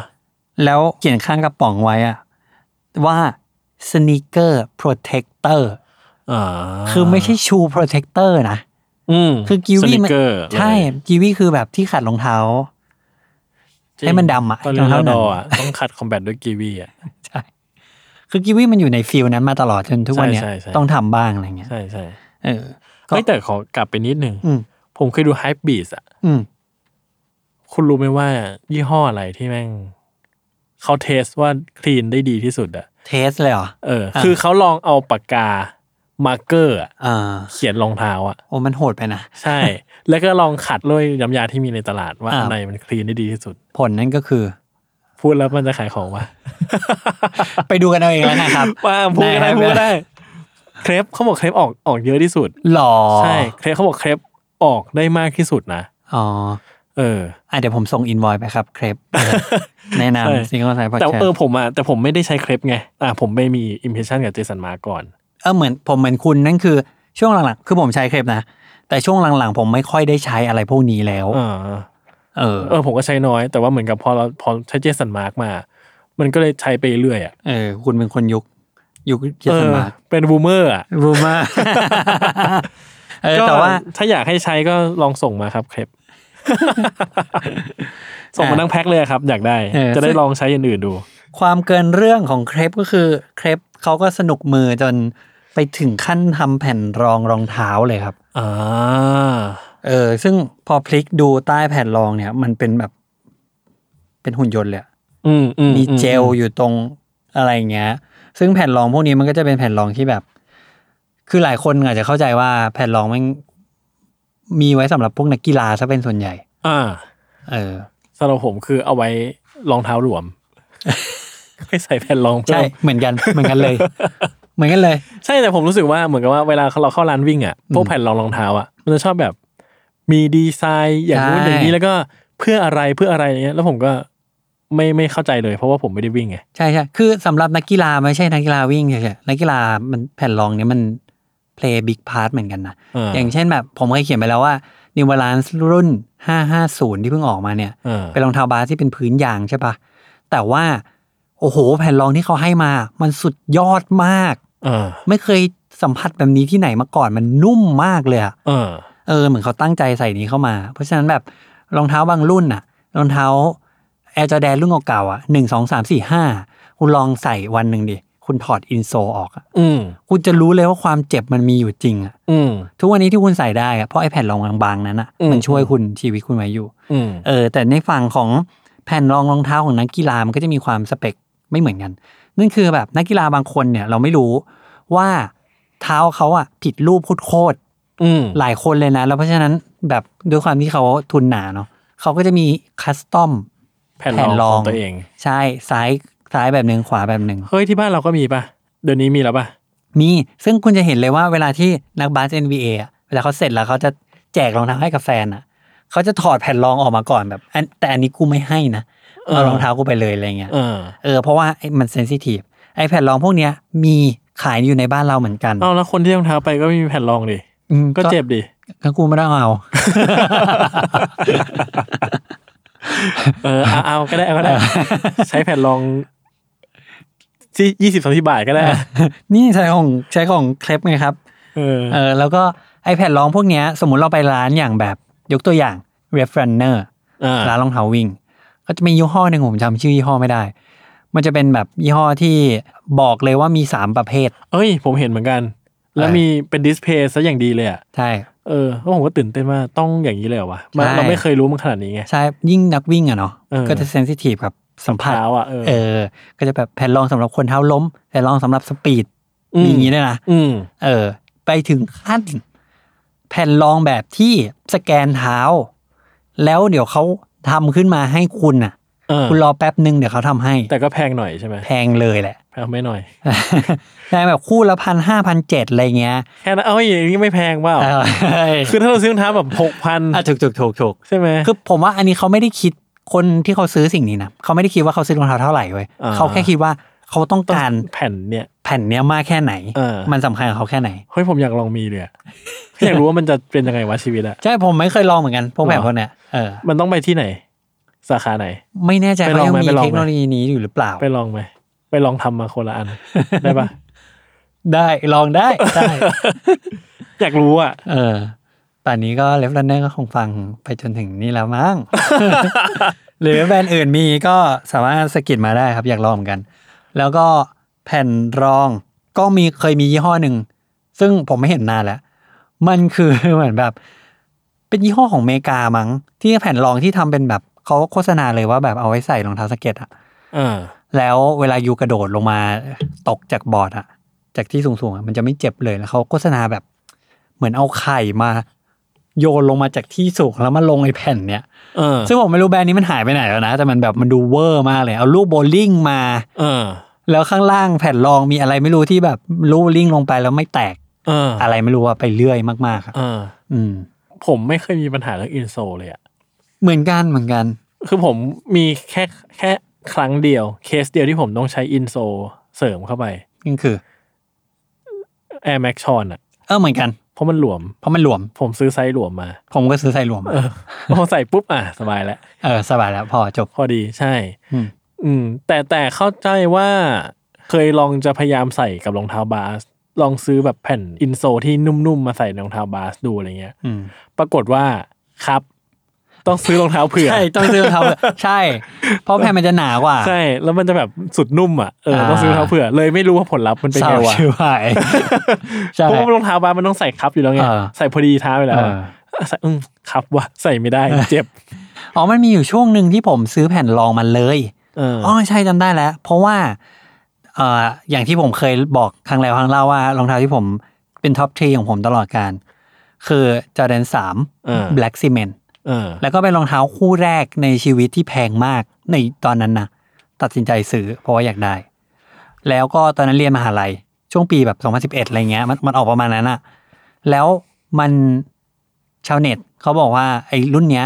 S2: แล้วเขียนข้างกระป๋องไว้อะว่า sneaker protector
S3: อ่า
S2: คือไม่ใช่ชูโปรเทคเตอร์นะ
S3: อืม
S2: คือกีวี
S3: มั
S2: มันนใช่กีวีคือแบบที่ขัดรองเท้า ให้มันดำอะ
S3: ตอนเรียน
S2: ร
S3: ร
S2: อ
S3: อง
S2: เท้าหนั
S3: ด
S2: ง
S3: อะต้องคัดคอมแบทด้วยกีวีอ่ะ
S2: ใช่ คือกีวีมันอยู่ในฟิลนั้นมาตลอดจนทุกวันเนี้ย
S3: ใช่ใช่ใช่
S2: ต้องทำบ้างอะไรเงี้ย
S3: ใช่ใช่
S2: เออ ก็
S3: เฮ้ยแต่ขอกลับไปนิดนึง
S2: อืม
S3: ผมเคยดูไฮป์บีสอ่ะ
S2: อืม
S3: คุณรู้ไหมว่ายี่ห้ออะไรที่แม่งเขาเทสว่าคลีนได้ดีที่สุดอ่ะ
S2: เทสเลยเหรอ
S3: เออ
S2: อ่ะ
S3: คือเขาลองเอาปากกามาร์เกอร์อะ
S2: อ่า
S3: เขียนรองเท้าอ่ะ
S2: โอ้มันโหดไปนะ
S3: ใช่ แล้วก็ลองขัดด้วยน้ำยาที่มีในตลาดว่า
S2: อ่ะ
S3: อันไหนมันคลีนได้ดีที่สุด
S2: ผลนั่นก็คือ
S3: พูดแล้วมันจะขายของวะ
S2: ไปดูกันเอาเองแล้วนะครับ
S3: ว่าพูดก็ได้
S2: ได้ครับ
S3: พูดก็ได้ เครปเขาบอกเครปออกออกเยอะที่สุด
S2: หล่อ
S3: ใช่เครปเขาบอกเครปออกได้มากที่สุดนะ
S2: อ๋อ
S3: เออ
S2: อ่ะเดี๋ยวผมส่งอินวอยไปครับเครปแนะ
S3: ใช่
S2: นำซิงเกิลไซด์พอด
S3: แต่
S2: แคส
S3: เออผมอ่ะแต่ผมไม่ได้ใช้เครปไงอ่ะผมไม่มีอิมเพรสชันกับเจสันมาก่อน
S2: เออเหมือนผมเหมือนคุณนั่นคือช่วงหลังๆ คือผมใช้เครปนะ แต่ช่วงหลังๆ ผมไม่ค่อยได้ใช้อะไรพวกนี้แล้ว
S3: เออ
S2: เออ
S3: เออผมก็ใช้น้อย แต่ว่าเหมือนกับพอเราพอใช้เจสันมาร์กมา มันก็เลยใช้ไปเรื่อยอ่ะ
S2: เออ คุณเป็นคนยุค ยุคเยอรมัน
S3: เออเป็นบูมเมอร์อ่ะ
S2: บูมา เออ
S3: ก็
S2: แต่ว่า
S3: ถ้าอยากให้ใช้ก็ลองส่งมาครับ เครป ส่งมาทั้งแพ็คเลยครับ อยากได้
S2: เออ
S3: จะได้ลองใช้อย่างอื่นดู
S2: ความเกินเรื่องของเครปก็คือเครปเขาก็สนุกมือจนไปถึงขั้นทำแผ่นรองรองเท้าเลยครับ
S3: อ่า
S2: เออ ซึ่งพอพลิกดูใต้แผ่นรองเนี่ย มันเป็นแบบ เป็นหุ่นยนต์เลยอะ
S3: อืมอืม
S2: มี
S3: อื
S2: เจลอยู่ตรงอะไรอย่างเงี้ย ซึ่งแผ่นรองพวกนี้มันก็จะเป็นแผ่นรองที่แบบ คือหลายคนอาจจะเข้าใจว่าแผ่นรองแมันมีไว้สำหรับพวกนักกีฬาซะเป็นส่วนใหญ่
S3: อ่า
S2: เออ
S3: สำหรับผมคือเอาไว้รองเท้าหลว ม ค่อยใส่แผ่นรองเพิ่
S2: ใช่
S3: ม
S2: เหมือนกัน เหมือนกันเลย เหมือนกันเลย
S3: ใช่แต่ผมรู้สึกว่าเหมือนกับว่าเวลาเราเข้าร้านวิ่งอ่ะพวกแผ่นรองรองเท้าอ่ะมันจะชอบแบบมีดีไซน์อย่างนู้น
S2: ใช่
S3: อย่างนี้แล้วก็เพื่ออะไรเพื่ออะไรอย่างเงี้ย แล้วผมก็ไม่ไม่เข้าใจเลยเพราะว่าผมไม่ได้วิ่งไง
S2: ใช่ใช่คือสำหรับนักกีฬาไม่ใช่นักกีฬาวิ่งเฉยๆนักกีฬามันแผ่นรองเนี้ยมัน play big part เหมือนกันนะ
S3: เออ
S2: อย่างเช่นแบบผมเคยเขียนไปแล้วว่า New Balance รุ่น 550 ที่เพิ่งออกมาเนี่ย
S3: เออ
S2: เป็นรองเท้าบาสที่เป็นพื้นยางใช่ปะแต่ว่าโอ้โห แผ่นรองที่เขาให้มา มันสุดยอดมาก
S3: เออ
S2: ไม่เคยสัมผัสแบบนี้ที่ไหนมาก่อนมันนุ่มมากเลยอะ
S3: เออ
S2: เออ เหมือนเขาตั้งใจใส่นี้เข้ามา เพราะฉะนั้นแบบรองเท้าบางรุ่นอะรองเท้าแอร์จอแดนรุ่นเก่าๆอะหนึ่งสองสามสี่ห้าคุณลองใส่วันหนึ่งดิคุณถอดอินโซลออกอะ
S3: อืม
S2: คุณจะรู้เลยว่าความเจ็บมันมีอยู่จริงอะ
S3: อืม
S2: ทุกวันนี้ที่คุณใส่ได้อะเพราะไอแผ่นรองบางๆนั้นอะ
S3: อืม
S2: มันช่วยคุณชีวิตคุณไว้อยู่
S3: อืม
S2: เออ แต่ในฝั่งของแผ่นรองรองเท้าของนักกีฬามันก็จะมีความสเปคไม่เหมือนกัน นั่นคือแบบนักกีฬาบางคนเนี่ยเราไม่รู้ว่าเท้าเขาอะผิดรูปโคตร
S3: อืม
S2: ๆหลายคนเลยนะ แล้วเพราะฉะนั้นแบบด้วยความที่เขาทุนหนาเนาะเขาก็จะมีคัสตอม
S3: แผ่น
S2: แผ่น
S3: ร
S2: ร
S3: อ
S2: อง ง
S3: ของตัวเอง
S2: ใช่ซ้ายซ้ายแบบหนึ่งขวาแบบหนึ่ง
S3: เฮ้ยที่บ้านเราก็มีป่ะเดี๋ยวนี้มีแล้วป่ะ
S2: มีซึ่งคุณจะเห็นเลยว่าเวลาที่นักบาส NBA อะเวลาเขาเสร็จแล้วเขาจะแจกรองเท้าให้กับแฟนอ่ะเขาจะถอดแผ่นรองออกมาก่อนแบบอันแต่อันนี้กูไม่ให้นะเอารองเท้ากูไปเลยอะไรเงี้ย
S3: เออ
S2: เออเพราะว่าไอ้มันเซนซิทีฟไอ้แผ่นรองพวกเนี้ยมีขายอยู่ในบ้านเราเหมือนกัน
S3: เอาแล้วคนที่รองเท้าไปก็ไม่มีแผ่นรองดิ
S2: อืม
S3: ก็เจ็บดิ
S2: ก็กูไม่ได้ เอา
S3: เออเอาเอาก็ได้เอาก็ได้ ใช้แผ่นรองที่ยี่สิบสามสิบบาทก็ได้
S2: นี่ใช้ของใช้ของเคลปไงครับ
S3: เออ
S2: เออแล้วก็ไอ้แผ่นรองพวกเนี้ยสมมุติเราไปร้านอย่างแบบยกตัวอย่าง r e f r u n n e r
S3: อ่า
S2: ร้านรองเท้าวิ่ง ก็จะมียี่ห้อหนึ่งผมจำชื่อยี่ห้อไม่ได้ มันจะเป็นแบบยี่ห้อที่บอกเลยว่ามีสามประเภท
S3: เอ้ย ผมเห็นเหมือนกัน แล้ว
S2: เออ
S3: มีเป็นดิสเพย์ซะอย่างดีเลยอ่ะ
S2: ใช่
S3: เออแล้วผมก็ตื่นเต้นว่ากต้องอย่างนี้เลยเหรอวะมัน
S2: ใช่
S3: เราไม่เคยรู้มันขนาดนี้ไง
S2: ใช่ยิ่งนักวิ่งอะเนาะ
S3: เออ
S2: ก็จะเซนซิทีฟกับสัมผัส
S3: เท้าอ่ะเออ
S2: เออ ก็จะแบบแผ่นรองสำหรับคนเท้าล้มแผ่นรองสำหรับสปีด
S3: ม
S2: มีอย่างนี้ด้วยนะ
S3: อืม
S2: เออ ไปถึงขั้น แผ่นรองแบบที่สแกนเท้า แล้วเดี๋ยวเขาทำขึ้นมาให้คุณอ่ะ
S3: เออ
S2: คุณรอแป๊บหนึ่งเดี๋ยวเขาทำให้
S3: แต่ก็แพงหน่อยใช่ไหม
S2: แพงเลยแหละ
S3: แพงไม่หน่อย
S2: ได้แบบคู่ละพันห้าพันเจ็ดอะไรเงี้ย
S3: แค่นั้นเอ้ยอย่างนี้ไม่แพงเปล่า
S2: เออ
S3: คือถ้าเราซื้อรองเท้าแบบหกพัน
S2: อ่ะถูกถูกถูกถูก
S3: ใช่ไหม
S2: คือผมว่าอันนี้เขาไม่ได้คิดคนที่เขาซื้อสิ่งนี้นะเขาไม่ได้คิดว่าเขาซื้อรองเท้าเท่าไหร่เว้ย
S3: อ่า
S2: เขาแค่คิดว่าเขาต้อง
S3: ต้อง
S2: การ
S3: แผ่นเนี่ย
S2: แผ่นเนี้ยมากแค่ไหน
S3: เออ
S2: มันสำคัญกับเขาแค่ไหน
S3: เฮ้ยผมอยากลองมีเลย อะ อยากรู้ว่ามันจะเป็นยังไงวะชีวิตอะ
S2: ใช่ผมไม่เคยลองเหมือนกันพวกแบบพวกเนี้ยเออ
S3: มันต้องไปที่ไหน สาขาไหน
S2: ไม่แน่ใจ
S3: ไปล
S2: เขา
S3: อง
S2: ยัง
S3: ไหม
S2: มี
S3: ไปลองไหม
S2: เทคโนโลยีนี้อยู่หรือเปล่า
S3: ไปลองไหมไปลองทำมาคนละอั น ได้ปะ
S2: ได้ลองได้ได้
S3: อยากรู้อะ
S2: เออป่านนี้ก็เลฟลันเนอร์ก็คงฟังไปจนถึงนี่แล้วมั้ ง หรือแบรนด์อื่นมีก็สามารถสะกิดมาได้ครับอยากลองเหมือนกัน แล้วก็แผ่นรองก็มีเคยมียี่ห้อหนึ่ง ซึ่งผมไม่เห็นนานแล้ว มันคือ เหมือนแบบ เป็นยี่ห้อของอเมริกามั้ง ที่แผ่นรองที่ทำเป็นแบบเขาโฆษณาเลยว่าแบบเอาไว้ใส่รองเท้าสเก็ตอะ
S3: เออ
S2: แล้วเวลายูกระโดดลงมาตกจากบอร์ดอะจากที่สูงๆอะมันจะไม่เจ็บเลยแล้วเขาโฆษณาแบบ เหมือนเอาไข่มา โยนลงมาจากที่สูงแล้วมาลงไอ้แผ่นเนี้ย
S3: เออ
S2: ซึ่งผมไม่รู้แบรนด์นี้มันหายไปไหนแล้วนะ แต่มันแบบมันดูเวอร์มากเลย เอาลูกโบว์ลิ่งมา
S3: เออ
S2: แล้วข้างล่างแผ่นรองมีอะไรไม่รู้ที่แบบลูกโบว์ลิ่งลงไปแล้วไม่แตก
S3: เอออ
S2: อะไรไม่รู้อะไปเรื่อยมากๆครับ
S3: เออ
S2: อืม
S3: ผมไม่เคยมีปัญหาเรื่องอินโซลเลยอะ
S2: เหมือนกันเหมือนกัน
S3: คือผมมีแค่แค่ครั้งเดียวเคสเดียวที่ผมต้องใช้อินโซลเสริมเข้าไป
S2: นี่คือ
S3: Air Max ชอนอะ
S2: เออเหมือนกัน
S3: เพราะมันหลวม
S2: เพราะมันหลวม
S3: ผมซื้อไซส์หลวมมา
S2: ผมก็ซื้อใส่หลวม
S3: เออพอใส่ปุ๊บอ่ะ สบายแล้ว
S2: เออสบายแล้วพอจบ
S3: พอดีใช่
S2: อืม
S3: อืม แต่แต่เข้าใจว่าเคยลองจะพยายามใส่กับรองเท้าบาส ลองซื้อแบบแผ่นอินโซลที่นุ่มๆมาใส่รองเท้าบาสดูอะไรเงี้ย
S2: อืม
S3: ปรากฏว่าครับ ต้องซื้อรองเท้าเผื่อ
S2: ใช่ต้องซื้อรองเท้า ใช่ เพราะแผ่นมันจะหนากว่า
S3: ใช่ แล้วมันจะแบบสุดนุ่มอ่ะ เออ ต้องซื้อรองเท้าเผื่อ เลยไม่รู้ว่าผลลัพธ์มันเป็น
S2: เศร้า
S3: ไงวะ
S2: ชิบหายใช่
S3: เพราะว่ารองเท้าบาสมันต้องใส่คับอยู่แล้วไง
S2: เออ
S3: ใส่พอดีเท้าไปแล้ว
S2: เอ
S3: อะ
S2: อ
S3: ใส่อืมครับว่ะใส่ไม่ได้ เจ็บ
S2: อ๋อมันมีอยู่ช่วงหนึ่งที่ผมซื้อแผ่นรองมาเลย
S3: เออ
S2: อ๋อใช่จำได้แล้ว เพราะว่าเอ่ออย่างที่ผมเคยบอกครั้งแล้วครั้งเล่าว่ารองเท้าที่ผม เป็นท็อปทรีของผมตลอดการ คือจอแดนสาม
S3: อ่า
S2: แบล็กซีเมน
S3: เออ
S2: แล้วก็เป็นรองเท้าคู่แรกในชีวิตที่แพงมากในตอนนั้นนะตัดสินใจซื้อเพราะว่าอยากได้ แล้วก็ตอนนั้นเรียนมหาลัย ช่วงปีแบบ 2011 อะไรเงี้ยมันมันออกประมาณนั้นอะแล้วมันชาวเน็ตเขาบอกว่าไอ้รุ่นเนี้ย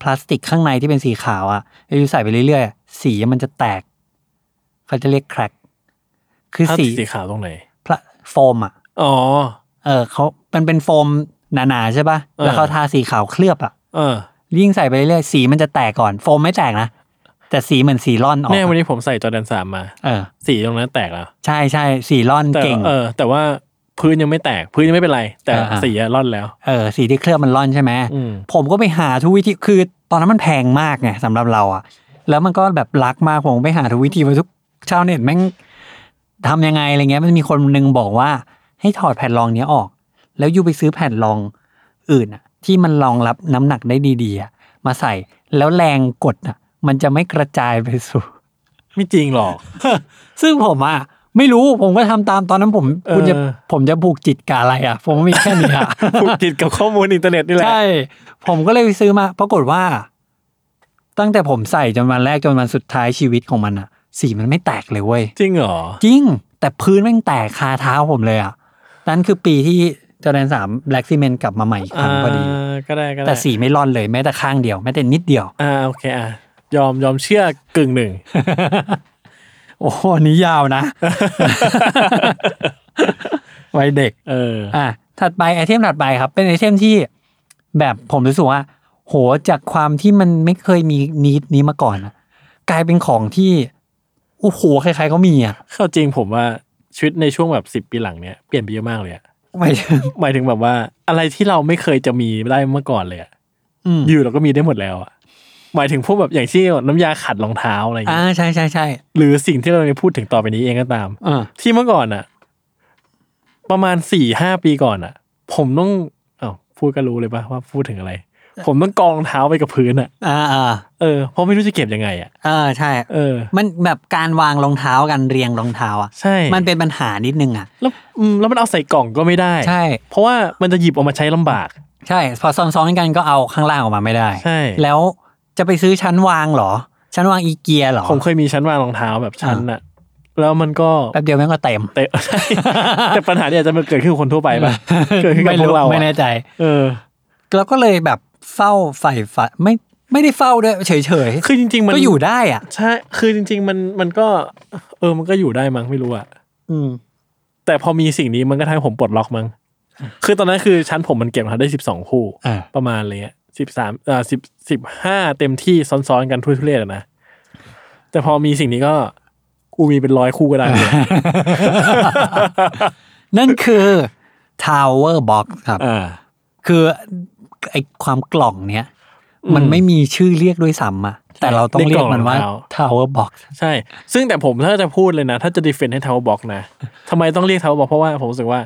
S2: พลาสติกข้างในที่เป็นสีขาวอะอายุใส่ไปเรื่อยๆอะสีมันจะแตก เขาจะเรียกแครกคือสี
S3: สีขาวตรงไหน
S2: พระโฟมอ่ะ
S3: อ๋อ
S2: เออเขามันเป็นโฟมหนาๆใช่ปะ่ะ
S3: เออ
S2: แล้วเขาทาสีขาวเคลือบอ่ะ
S3: เออ
S2: ยิ่งใส่ไปเรื่อยๆ สีมันจะแตกก่อน โฟมไม่แตกนะ แต่สีเหมือนสีร่อนออก
S3: แน่วันนี้ผมใส่จอแดนสามมา
S2: เออ
S3: สีตรงนั้นแตกแล้ว
S2: ใช่ใช่สีร่อน
S3: แต่
S2: เก่ง
S3: เออ แต่ว่าพื้นยังไม่แตก พื้นยังไม่เป็นไร แต่
S2: อ่าอ่า
S3: สีอะร่อนแล้ว
S2: เออ สีที่เคลือบมันร่อนใช่ไหม
S3: อืม
S2: ผมก็ไปหาทุกวิธี คือตอนนั้นมันแพงมากไงสำหรับเราอะแล้วมันก็แบบรักมาก ผมไปหาทุกวิธีมาทุกชาวเน็ตแม่งทำยังไงอะไรเงี้ย มันมีคนนึงบอกว่า ให้ถอดแผ่นรองเนี้ยออก แล้วยูไปซื้อแผ่นรองอื่นอะที่มันรองรับน้ำหนักได้ดีๆอะมาใส่ แล้วแรงกดอะมันจะไม่กระจายไปสู่
S3: ไม่จริงหรอก
S2: ซึ่งผมอะไม่รู้ ผมก็ทำตามตอนนั้นผม คุณจะ
S3: เออ
S2: ผมจะผูกจิตกับอะไรอะผมมีแค่นี้อะ
S3: ผูกจิตกับข้อมูลอินเทอร์เน็ตนี่แหละ
S2: ใช่ ผมก็เลยไปซื้อมา ปรากฏว่า ตั้งแต่ผมใส่จนวันแรกจนวันสุดท้ายชีวิตของมันอะสีมันไม่แตกเลยเว้ย
S3: จริงเหรอ
S2: จริง แต่พื้นแม่งแตกคาเท้าผมเลยอะนั่นคือปีที่จอแดนสามแบล็กซีเมนกลับมาใหม่อีกครั้งพอดี
S3: าก็ได้ก็ได้
S2: แต่สีไม่ร่อนเลยแม้แต่ข้างเดียวแม้แต่นิดเดียว
S3: อ่าโอเคอ่ะยอมยอมเชื่อกึ่งหนึ่ง
S2: โอ้โหอันนี้ยาวนะ วัยเด็ก
S3: เออ
S2: อ่ะถัดไปไอเทมถัดไปครับ เป็นไอเทมที่แบบผมรู้สึกว่า โหจากความที่มันไม่เคยมีนิดนี้มาก่อนอะกลายเป็นของที่โอ้โหใครๆก็มีอ่ะ
S3: เข้าจริงผมว่าชีวิตในช่วงแบบสิบ10 ปีหลังเนี้ยเปลี่ยนไปเยอะมากเลยอะ
S2: หมายถึง
S3: หมายถึงแบบว่าอะไรที่เราไม่เคยจะมีได้เมื่อก่อนเลยอะ
S2: อืม
S3: อยู่เราก็มีได้หมดแล้วอะหมายถึงพวกแบบอย่างเช่นน้ำยาขัดรองเท้าอะไรอย่าง
S2: อ่า
S3: เงี้ย
S2: ใช่ใช่ใช่
S3: หรือสิ่งที่เราจะพูดถึงต่อไปนี้เองก็ตาม
S2: อ่า
S3: ที่เมื่อก่อนอะประมาณสี่ห้าปีก่อนอะผมต้องอ้าวพูดก็รู้เลยปะว่าพูดถึงอะไร ผมต้องกองเท้าไปกับพื้นอะ
S2: อ่าอ่า
S3: เออเพราะไม่รู้จะเก็บยังไงอะ
S2: อ่าใช่
S3: เออ
S2: มันแบบการวางรองเท้ากันเรียงรองเท้าอ่ะ
S3: ใช่
S2: มันเป็นปัญหานิดนึงอ่ะ
S3: แล้วอืมแล้วมันเอาใส่กล่องก็ไม่ได้
S2: ใช่
S3: เพราะว่ามันจะหยิบออกมาใช้ลำบาก
S2: ใช่พอซ้อนๆกันก็เอาข้างล่างออกมาไม่ได้
S3: ใช่
S2: แล้วจะไปซื้อชั้นวางเหรอ ชั้นวางอีเกียเหรอ
S3: ผมเคยมีชั้นวางรองเท้าแบบชั้นน่ะ แล้วมันก็
S2: แป๊บเดียวแม่งก็เต็ม
S3: เตะ ใช่แต่ปัญหาเนี่ยอาจจะเกิดขึ้นกับคนทั่วไปป่ะ เกิดขึ้นกับพวกเราอะ
S2: ไม่แน่ใจ
S3: เออ
S2: แล้วก็เลยแบบเฝ้าใฝ่ฝันไม่ไม่ได้เฝ้าด้วยเฉยเฉยๆ
S3: คือจริง ๆ มัน
S2: ก็อยู่ได้อ่ะ
S3: ใช่คือจริง ๆ มันมันก็ เออมันก็อยู่ได้มั้งไม่รู้อะ
S2: อืม
S3: แต่พอมีสิ่งนี้มันก็ทำให้ผมปลดล็อกมั้งคือตอนนั้นคือชั้นผมมันเก็บรองเท้าได้สิบสองคู่
S2: อ่า
S3: ประมาณเลยอะสิบสามอ่าสิบสิบห้าเต็มที่ซ้อนๆกันทั่วทุเรศอะนะ แต่พอมีสิ่งนี้ก็กูมีเป็นร้อยคู่ก็ได้เลย
S2: นั่นคือ Tower Box ครับ
S3: อ่า
S2: คือไอความกล่องเนี้ย
S3: อืม
S2: มันไม่มีชื่อเรียกด้วยซ้ำอะแต่เราต้อง
S3: เรี
S2: เรี
S3: ยก
S2: ยก
S3: กล่อง
S2: มันว่า
S3: รองเท้า
S2: Tower Box
S3: ใช่ ซึ่งแต่ผมถ้าจะพูดเลยนะ ถ้าจะดีเฟนต์ให้เท้าบอกนะ ทำไมต้องเรียกเท้าบอกเพราะว่าผมรู้สึกว่า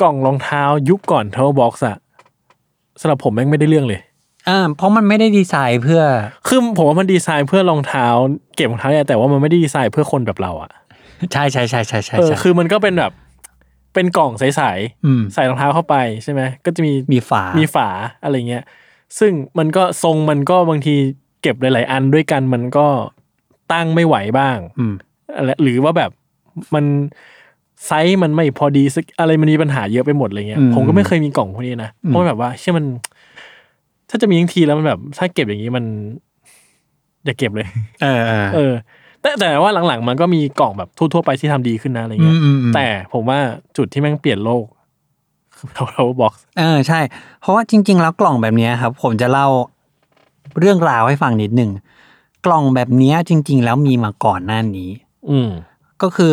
S3: กล่องรองเท้ายุบก่อนเท้าบอกอะสำหรับผมแม่งไม่ได้เรื่องเลย
S2: อ่าเพราะมันไม่ได้ดีไซน์เพื่อ
S3: คือผมว่ามันดีไซน์เพื่อรองเท้า เก็บรองเท้าเนี่ยแต่ว่ามันไม่ได้ดีไซน์เพื่อคนแบบเราอะ
S2: ใช่ใช่ใช่ใช่ใช่
S3: เออ
S2: ใช่
S3: คือมันก็เป็นแบบ เป็นกล่องใส
S2: อืม
S3: ๆใส่รองเท้าเข้าไปใช่ไหมก็จะมี
S2: มีฝา
S3: มีฝาอะไรเงี้ย ซึ่งมันก็ทรงมันก็บางทีเก็บหลาย ๆ อันด้วยกันมันก็ตั้งไม่ไหวบ้าง
S2: อืม
S3: อะไรหรือว่าแบบมันไซส์มันไม่พอดีสักอะไรมันมีปัญหาเยอะไปหมดอะไรเงี้ย ผมก็ไม่เคยมีกล่องพวกนี้นะเพราะมันแบบว่าเชื่อมัน ถ้าจะมีทั้งทีแล้วมันแบบ ถ้าเก็บอย่างนี้มัน อย่าเก็บเลย
S2: เออเออ
S3: เออ แต่แต่ว่าหลังๆ มันก็มีกล่องแบบทั่วๆไปที่ทำดีขึ้นนะอะไรเงี้ย
S2: อืมอืมอืม
S3: แต่ผมว่าจุดที่แม่งเปลี่ยนโลก คือเราเราบอก
S2: เออใช่ เพราะว่าจริง ๆ แล้วกล่องแบบเนี้ยครับ ผมจะเล่าเรื่องราวให้ฟังนิดหนึ่งกล่องแบบเนี้ยจริง ๆ แล้วมีมาก่อนหน้านี้
S3: อืม
S2: ก็คือ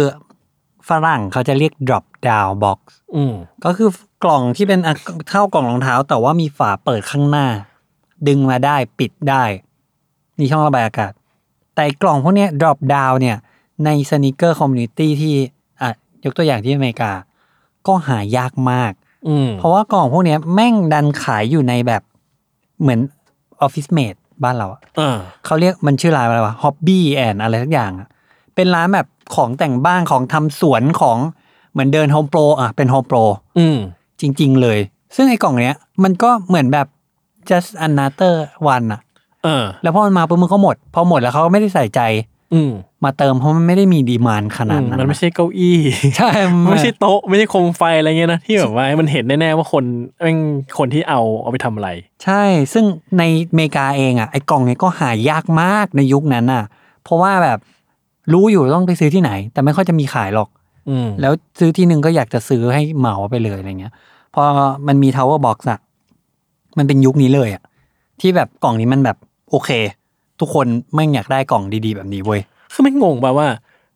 S2: ฝรั่งเขาจะเรียก drop down box
S3: อืม
S2: ก็คือกล่องที่เป็นอ่ะเท่ากล่องรองเท้า แต่ว่ามีฝาเปิดข้างหน้า ดึงมาได้ปิดได้มีช่องระบายอากาศ แต่ไอ้กล่องพวกเนี้ย drop down เนี่ยในสนิเกอร์คอมมูนิตี้ที่อ่ะยกตัวอย่างที่อเมริกา ก็หายากมาก
S3: อืม
S2: เพราะว่ากล่องพวกเนี้ยแม่งดันขายอยู่ในแบบเหมือนออฟฟิศเมดบ้านเราอะ
S3: อ่า
S2: เขาเรียกมันชื่อร้านอะไรวะฮ็อบบี้แอนอะไรสักอย่างอะเป็นร้านแบบของแต่งบ้านของทำสวนของ เหมือนเดินโฮมโปรอ่ะเป็นโฮมโปร
S3: อืม
S2: จริง ๆ เลย ซึ่งไอ้กล่องเนี้ย มันก็เหมือนแบบ just another one อ่ะ
S3: เออ
S2: แล้วพอมันมาปุ๊บมันก็หมด พอหมดแล้วเขาก็ไม่ได้ใส่ใจ
S3: อืม
S2: มาเติมเพราะมันไม่ได้มีดีมานขนาดนั้น
S3: มันไม่ใช่เก้าอี้
S2: ใช่
S3: มัน
S2: น
S3: ไม่ใช่โต๊ะไม่ใช่โคมไฟอะไรเงี้ยนะที่แบบว่ามันเห็นแน่ๆว่าคนแม่งคนที่เอาเอาไปทำอะไร
S2: ใช่ ซึ่งในอเมริกาเองอ่ะไอ้กล่องเนี้ยก็หายากมากในยุคนั้นอ่ะ เพราะว่าแบบรู้อยู่ต้องไปซื้อที่ไหน แต่ไม่ค่อยจะมีขายหรอก
S3: อืม
S2: แล้วซื้อที่หนึ่งก็อยากจะซื้อให้เหมาไปเลยอะไรเงี้ย พอมันมี Tower Box อะมันเป็นยุคนี้เลยอะที่แบบกล่องนี้มันแบบโอเค ทุกคนไม่งอยากได้กล่องดีๆ แบบนี้เว้ย
S3: คือแม่งงงป่ะว่า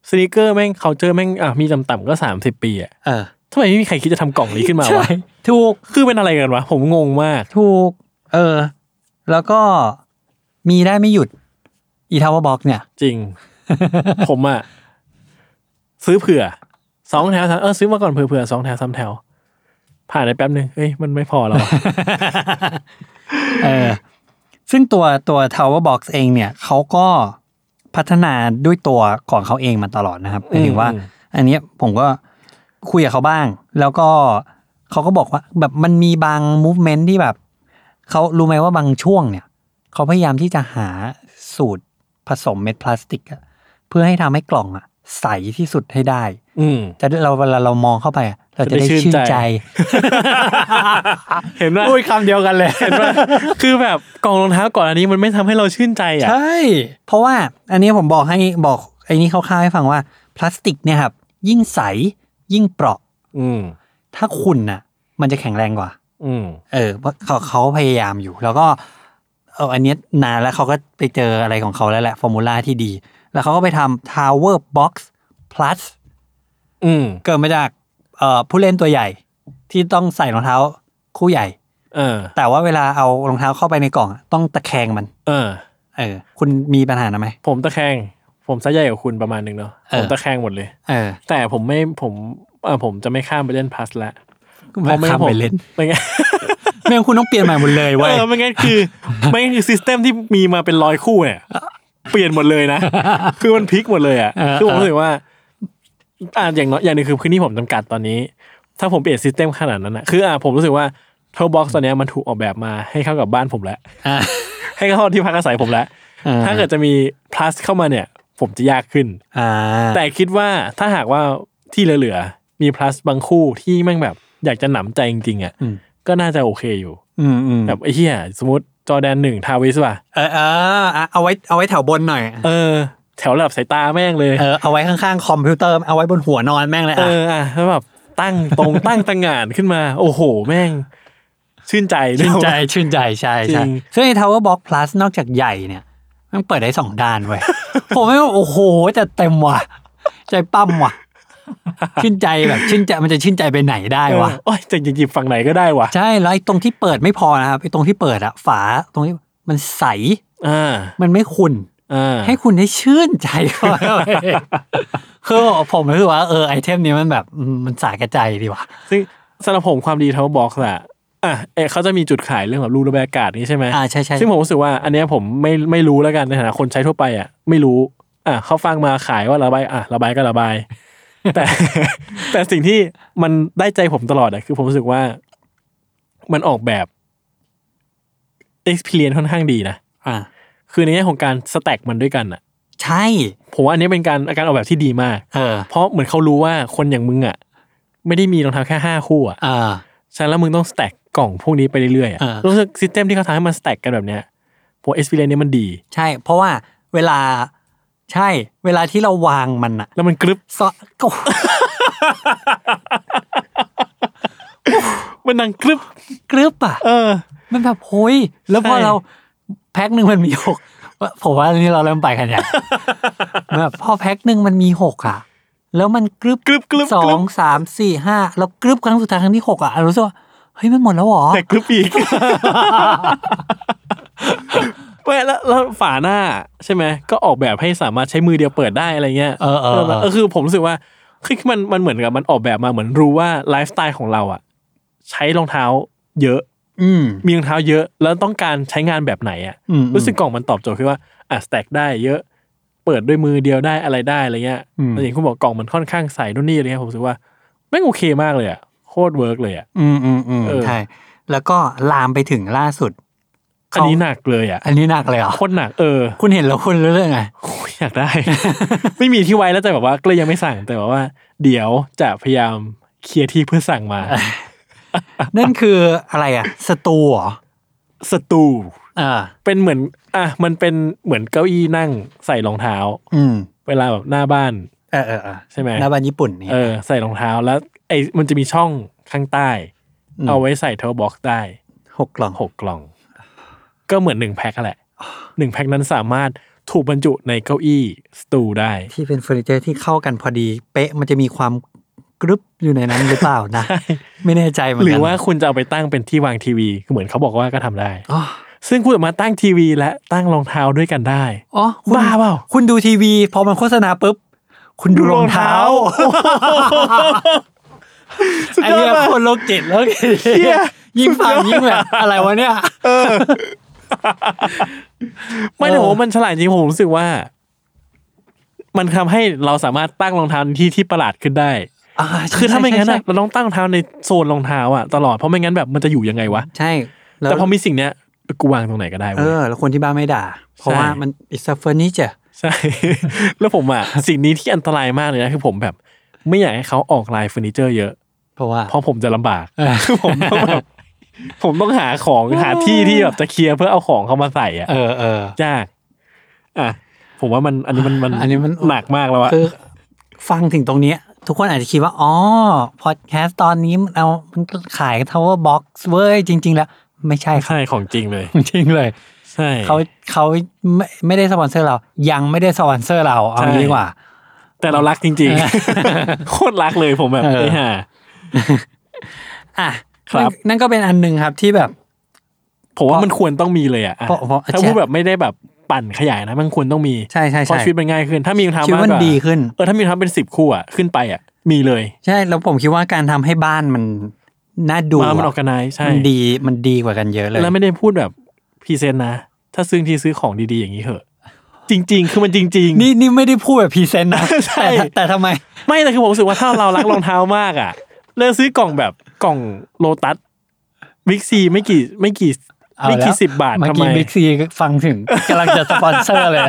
S3: สนิเกอร์แม่งเคาเจอแม่งอ่ะมีต่ำๆก็สามสิบปีอะ
S2: เออ
S3: ทำไมไม่มีใครคิดจะทำกล่องนี้ขึ้นมาวะ
S2: ถูก
S3: คือเป็นอะไรกันวะ ผมงงมาก
S2: ถูก เออ แล้วก็มีได้ไม่หยุด อี Tower Box เนี่ย
S3: จริง ผมอะซื้อเผื่อสองแถวสามเออซื้อมาก่อนเผื่อๆสองแถวสามแถว ผ่านไปแป๊บหนึ่งเอ้ยมันไม่พอ แล้วอะ
S2: เออ ซึ่งตัวตัว Tower Box เองเนี่ยเขาก็พัฒนาด้วยตัวของเขาเองมาตลอดนะครับหมายถึงว่า
S3: อืม
S2: อันเนี้ยผมก็คุยกับเขาบ้าง แล้วก็เขาก็บอกว่า แบบมันมีบาง movement ที่แบบเขารู้ไหมว่าบางช่วงเนี่ยเขาพยายามที่จะหาสูตรผสมเม็ดพลาสติกอะเพื่อให้ทำให้กล่องอะใสที่สุดให้ได้
S3: อืม
S2: จะได้เราเวลาเรามองเข้าไปอะเราจะได้
S3: จะได้ชื่
S2: ชื่น
S3: นใจ
S2: ใจ
S3: เห็นว่า
S2: พูดคำเดียวกันเลย
S3: เห็นว่า คือแบบกล่องรองเท้าก่อนอันนี้มันไม่ทำให้เราชื่นใจอ่ะ
S2: ใช่ เพราะว่าอันนี้ผมบอกให้บอกไอ้นี้คร่าวๆให้ฟังว่าพลาสติกเนี่ยครับ ยิ่งใสยิ่งเปราะ
S3: อืม
S2: ถ้าคุณน่ะ มันจะแข็งแรงกว่า
S3: อืม
S2: เออเพราะเขาเขาพยายามอยู่ แล้วก็เอออันเนี้ยนานแล้วเขาก็ไปเจออะไรของเขาแล้วแหละฟอร์มูลาที่ดี แล้วเขาก็ไปทำ Tower Box Plus
S3: อืม
S2: เกิดมาจากเอ่อผู้เล่นตัวใหญ่ ที่ต้องใส่รองเท้าคู่ใหญ่
S3: เออ
S2: แต่ว่าเวลาเอารองเท้าเข้าไปในกล่องอะต้องตะแคงมัน
S3: เออ
S2: เออ คุณมีปัญหานะไหม
S3: ผมตะแคง ผมไซส์ใหญ่กว่าคุณประมาณหนึ่งเนาะ
S2: เออ
S3: ผมตะแคงหมดเลย
S2: เออ
S3: แต่ผมไม่ ผมเออผมจะไม่ข้ามไปเล่นพลัสละเพราะไม่
S2: ข้าม
S3: ผม
S2: ไปเล่น
S3: ไม่งั้น
S2: ไม่งั้นคุณต้องเปลี่ยนใหม่หมดเลยเว้ย
S3: เออไม่งั้นคือ ไม่งั้นคือซิสเต็มที่มีมาเป็นร้อยคู่เนี่ย เปลี่ยนหมด เลยนะ คือมันพลิกหมดเลยอ่ะ คือผมรู้สึกว่าอ่าอย่างน้อยอย่างหนึงคือพื้นที่ผมจำกัดตอนนี้ ถ้าผมเปลี่ยนซิสเต็มขนาดนั้นนะคืออ่าผมรู้สึกว่าเทอร์บ็อกซ์ตอนเนี้ยมันถูกออกแบบมาให้เข้ากับบ้านผมแล้ว
S2: อ่ะ
S3: ให้เข้าที่พักอาศัยผมแล้ว ถ้าเกิดจะมี plus เข้ามาเนี่ย ผมจะยากขึ้น
S2: อ่า
S3: แต่คิดว่าถ้าหากว่าที่เหลือๆมี plus บางคู่ที่แม่งแบบอยากจะหนำใจจริงๆอ่ะก็น่าจะโอเคอยู่
S2: อืมอืม
S3: แบบไอ้เหี้ยสมมติจอแดนหนึ่งทาวิสป่ะ
S2: เออเอออ่ะเอาไว้เอาไว้แถวบนหน่อย
S3: เออ แถวหลับสายตาแม่งเลย
S2: เออเอาไว้ข้างๆคอมพิวเตอร์เอาไว้บนหัวนอนแม่งเลย
S3: เอ
S2: อ่ะ
S3: ออ่ะแล้วแบบตั้งตรง ตั้งตังงานขึ้นมา โอ้โห แม่ง ชื่นใจเนอะ
S2: ชื่นใจชื่นใจใช่ใช่
S3: จริง
S2: ซึ่งไอ้ Tower Box Plus นอกจากใหญ่เนี่ย มันเปิดได้สองด้าน เว้ย ผมไม่ว่าโอ้โหจะเต็มว่ะ ใจปั้มว่ะ ชื่นใจแบบชื่นใจมันจะชื่นใจไปไหนได้วะ
S3: เออโอ้ยจะหยิบฝั่งไหนก็ได้วะ
S2: ใช่แล้วไอ้ตรงที่เปิดไม่พอนะครับไอ้ตรงที่เปิดอะฝาตรงนี้มันใส
S3: อ่า
S2: มันไม่ขุ่น
S3: อ่า
S2: ให้คุณได้ชื่นใจเข้าไปคือผมรู้สึกว่าเออไอเทมนี้มันแบบอืมมันสาแก่ใจดีว่ะ
S3: ซึ่งสำหรับผมความดีเทาบ็อกซ์อะอ่ะเอะเขาจะมีจุดขายเรื่องแบบรูระบายอากาศนี้ใช่ไหม
S2: อ่าใช่ใช่
S3: ซึ่งผมรู้สึกว่าอันเนี้ยผมไม่ไม่รู้แล้วกันในฐานะคนใช้ทั่วไปอ่ะไม่รู้ อ่ะเขาฟังมาขายว่าระบายอ่ะระบายก็ระ บาย แต่ แต่สิ่งที่มันได้ใจผมตลอดอ่ะคือผมรู้สึกว่า มันออกแบบ experience ค่อนข้างดีนะ
S2: อ่า
S3: คือในแง่ของการสแต็กมันด้วยกันอ่ะ
S2: ใช่
S3: ผมว่าอันเนี้ยเป็นการการออกแบบที่ดีมาก
S2: เออ
S3: เพราะเหมือนเขารู้ว่าคนอย่างมึงอ่ะ ไม่ได้มีรองเท้าแค่ห้าคู่อ่ะ
S2: เออ
S3: ฉะนั้นแล้วมึงต้องสแต็กกล่องพวกนี้ไปเรื่อยๆอะ
S2: อ่า
S3: รู้สึกซิสเต็มที่เขาทำให้มันสแต็กกันแบบเนี้ยผม experience เนี้ยมันดี
S2: ใช่ เพราะว่าเวลาใช่ เวลาที่เราวางมันอะ
S3: แล้วมันกรึบ
S2: ซอก็
S3: มันดังกรึบ
S2: กรึบอะ
S3: เออ
S2: มันแบบโอ้ยแล้วพอ
S3: ใช่
S2: เราแพ็คหนึ่งมันมีหกว่าผมว่าอันนี้เราเริ่มไปกัน เนี่ยแบบพอแพ็คหนึ่งมันมีหกอะแล้วมันกรึบ
S3: กรึบกรึบ
S2: สอก
S3: รึ
S2: ง
S3: บ
S2: สามสี่ห้าแล้วกรึบครั้งสุดท้ายครั้งที่หกอ่ะรู้สึกว่าเฮ้ยมันหมดแล้วเหรอ
S3: แต่กรึบอีก เว้ยแล้วแล้วฝาหน้าใช่ไหม ก็ออกแบบให้สามารถใช้มือเดียวเปิดได้อะไรเงี้ย
S2: เออเออเออ
S3: เออคือผมรู้สึกว่าคือมันมันเหมือนกับมันออกแบบมาเหมือนรู้ว่าไลฟ์สไตล์ของเราอะใช้รองเท้า เยอะ
S2: อืม
S3: มีรองเท้าเยอะ แล้วต้องการใช้งานแบบไหนอะ
S2: อืม
S3: รู้สึกกล่องมันตอบโจทย์คือว่าอ่ะสแต็กได้เยอะ เปิดด้วยมือเดียวได้อะไรได้อะไรเงี้ย
S2: อืม
S3: แล้วอย่างคุณบอกกล่องมันค่อนข้างใสนู่นนี่อะไรเงี้ยผมรู้สึกว่า แม่งโอเคมากเลยอะโคตรเวิร์กเลยอะ
S2: อืมอืมอืม
S3: เออ
S2: ใช่แล้วก็ลามไปถึงล่าสุด
S3: อันนี้หนักเลยอะ
S2: อันนี้หนักเลยเหรอ
S3: โคตรหนักเออ
S2: คุณเห็นแล้วคุณรู้เรื่องไง
S3: โอ้ยอยาก ได้ ไม่มีที่ไว้แล้วแต่แบบว่าก็เลยยังไม่สั่งแต่แบบว่า เดี๋ยวจะพยายามเคลียร์ที่เพื่อสั่ง มา
S2: นั่นคืออะไรอ่ะสตูเหรอ
S3: สตู
S2: เอ่า
S3: เป็นเหมือน อ่ะมันเป็นเหมือนเก้าอี้นั่งใส่รองเท้า
S2: อืม
S3: เวลาแบบหน้าบ้าน
S2: เออเออเออ
S3: ใช่ไหม
S2: หน้าบ้านญี่ปุ่นนี่
S3: เออใส่รองเท้าแล้วไอ้มันจะมีช่องข้างใต้ เอาไว้ใส่เทอร์บ็อกซ์ได้
S2: หกกล่อง
S3: หกกล่อง ก็เหมือนหนึ่งแพ็คอะแหละหนึ่งแพ็คนั้นสามารถถูกบรรจุในเก้าอี้สตูได้
S2: ที่เป็นเฟอร์นิเจอร์ที่เข้ากันพอดี เป๊ะมันจะมีความกรึบอยู่ในนั้นหรือเปล่า นะ ไม่แน่ใจเหมือน
S3: ห
S2: กัน
S3: รือว่าคุณจะเอาไปตั้งเป็นที่วางทีวีคือเหมือนเขาบอกว่าก็ทำได้
S2: อ๋อ
S3: ซึ่งคุณสามารถตั้งทีวีและตั้งรองเท้าด้วยกันได้
S2: อ๋อ
S4: Oh.
S2: คุณ
S3: บ้าเปล่า
S2: คุณดูทีวี พอมันโฆษณาปุ๊บ คุณดูรองเท้า
S3: สุด
S2: ไอ้
S3: ยอด
S2: เนี้ย
S3: มาก
S2: คนโลกจิตโลกจิต
S3: เชี่ย
S2: ยิ่งฟังยิ่งแบบอะไรวะเนี่ย
S3: ไม่แต่ผมว่ามันฉลาดจริงผมรู้สึกว่า มันทำให้เราสามารถตั้งรองเท้าในที่ที่ประหลาดขึ้นได้
S2: อ่าใช่
S3: คือถ้าไม่งั้น
S2: ใช่
S3: อะเราต้องตั้งรองเท้าในโซนรองเท้าอะตลอดเพราะไม่งั้นแบบมันจะอยู่ยังไงวะ
S2: ใช่ล้ว
S3: แต่พอมีสิ่งเนี้ยกูวางตรงไหนก็ได้
S2: เอ
S3: เว้ย
S2: อ แล้วคนที่บ้านไม่ด่า เพราะ
S3: ใช่
S2: ว่ามันอิสเฟอร์นิเจอร์
S3: ใช่ แล้วผมอ่ะ สิ่งนี้ที่อันตรายมากเลยนะ คือผมแบบ ไม่อยากให้เขาออกลายเฟอร์นิเจอร์เยอะ
S2: เพราะว่า
S3: เพราะผมจะลำบาก
S2: เออ
S3: คือผมต้อง แบบผมต้องหาของหาที่ที่แบบจะเคลียร์เพื่อเอาของเขามาใส่อ่ะ
S2: เออเออ
S3: ยากอ่ะผมว่ามันอันนี้มันมัน
S2: อันนี้มัน
S3: หนักมากแล้วอะ
S2: คือฟังถึงตรงเนี้ย ทุกคนอาจจะคิดว่า อ๋อ พอดแคสต์ตอนนี้มันเอามันขาย Tower Box เว้ย จริง ๆ แล้ว ไม่ใช่ครับ
S3: ใช่ของจริงเลย
S2: จริงเลย
S3: ใช่
S2: เขาเขาไม่ไม่ได้สปอนเซอร์เรา ยังไม่ได้สปอนเซอร์เรา เอา
S3: ใช่
S2: งี้ดีกว่า
S3: แต่เรารักจริงๆ โคตรรักเลยผมแบบ
S2: เออ
S3: ไอ้ห่า
S2: อ่ะ
S3: ครับ
S2: นั่นนั่นก็เป็นอันหนึ่งครับที่แบบ
S3: ผมว่ามันควรต้องมีเลยอ่ะ
S2: เพราะเพราะ
S3: ถ้าพูดแบบไม่ได้แบบปั่นขยายนะ มันควรต้องมี
S2: ใช่ใช่ใช่
S3: เพราะชีวิตมันง่ายขึ้น ถ้ามีรองเท้า
S2: คิด
S3: มาก
S2: ว่าก
S3: ว่า
S2: ดีขึ้น
S3: เออถ้ามีทำเป็นสิบคู่อ่ะขึ้นไปอ่ะ มีเลย
S2: ใช่ แล้วผมคิดว่าการทำให้บ้านมันน่าดู
S3: มามันอ
S2: อะ
S3: อกกันไนใช่
S2: มันดีมันดีกว่ากันเยอะเลย
S3: แล้วไม่ได้พูดแบบพรีเซนต์นะ ถ้าซื้อที่ซื้อของดีๆอย่างนี้เหอะ จริง ๆ คือมันจริง
S2: นี่นี่ไม่ได้พูดแบบพรีเซนต์นะ
S3: ใช่
S2: แต่แต่แต่ทำไม
S3: ๆ ไม่แต่คือผมรู้สึกว่าถ้าเรารักรองเท้ามากอ่ะเลิกซื้อกล่องแบบกล่องโลตัสบิ๊กซีไม่กี่ไม่กี่
S2: เอา
S3: ไม่
S2: แล้ว
S3: กี่สิบบาท
S2: เมื่อ
S3: ทำไม
S2: กี้บิ๊กซีฟังถึงกำลังจะสปอนเซอร์ เลย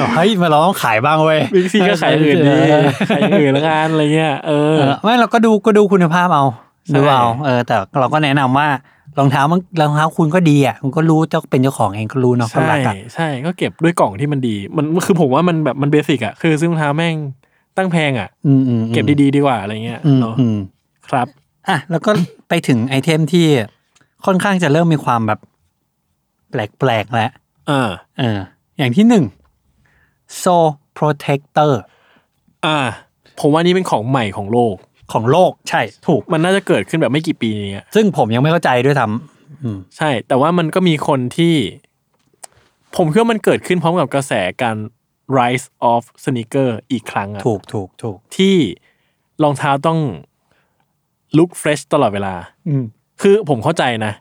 S2: บอกเฮ้ยมาลองขายบ้างเว้ย
S3: บิ๊กซีก็ขายอย่างอื่นดี
S2: เออ
S3: ขายอย่างอื่นละกันอะไรเงี้ยเอ
S2: เอ
S3: อ
S2: อไม่เราก็ดูก็ดูคุณภาพเอา
S3: ใช่
S2: ดูเอาเออ แต่เราก็แนะนำว่ารองเท้ามันรองเท้าคุณก็ดีอ่ะคุณก็รู้เจ้าเป็นเจ้าของเองก็รู้เนาะก็
S3: ใช่
S2: รักอ่ะ
S3: ใช่ก็เก็บด้วยกล่องที่มันดี มันคือผมว่ามันแบบมันเบสิกอ่ะคือซื้อรองเท้าแม่งตั้งแพงอ่ะ
S2: อืมอืม
S3: เก็บดีๆดีกว่าอะไรเงี้ย
S2: อืม
S3: เนาะ
S2: อืม
S3: ครับ
S2: อ่ะแล้วก็ไปถึงไอเทมที่ค่อนข้างจะเริ่มมีความแบบ แปลกๆแล้ว
S3: อ่า
S2: เอออย่างที่หนึ่ง โซ protector
S3: อ่า ผมว่านี่เป็นของใหม่ของโลก
S2: ของโลกใช่ถูก
S3: มันน่าจะเกิดขึ้นแบบไม่กี่ปีนี้อะ
S2: ซึ่งผมยังไม่เข้าใจด้วยซ้
S3: ใช่ แต่ว่ามันก็มีคนที่ ผมคิดว่ามันเกิดขึ้นพร้อมกับกระแสการ rise of sneaker อีกครั้งอะ
S2: ำถูกถูกถูก
S3: ที่รองเท้าต้อง look fresh ตลอดเวลา
S2: อืม
S3: คือผมเข้าใจนะ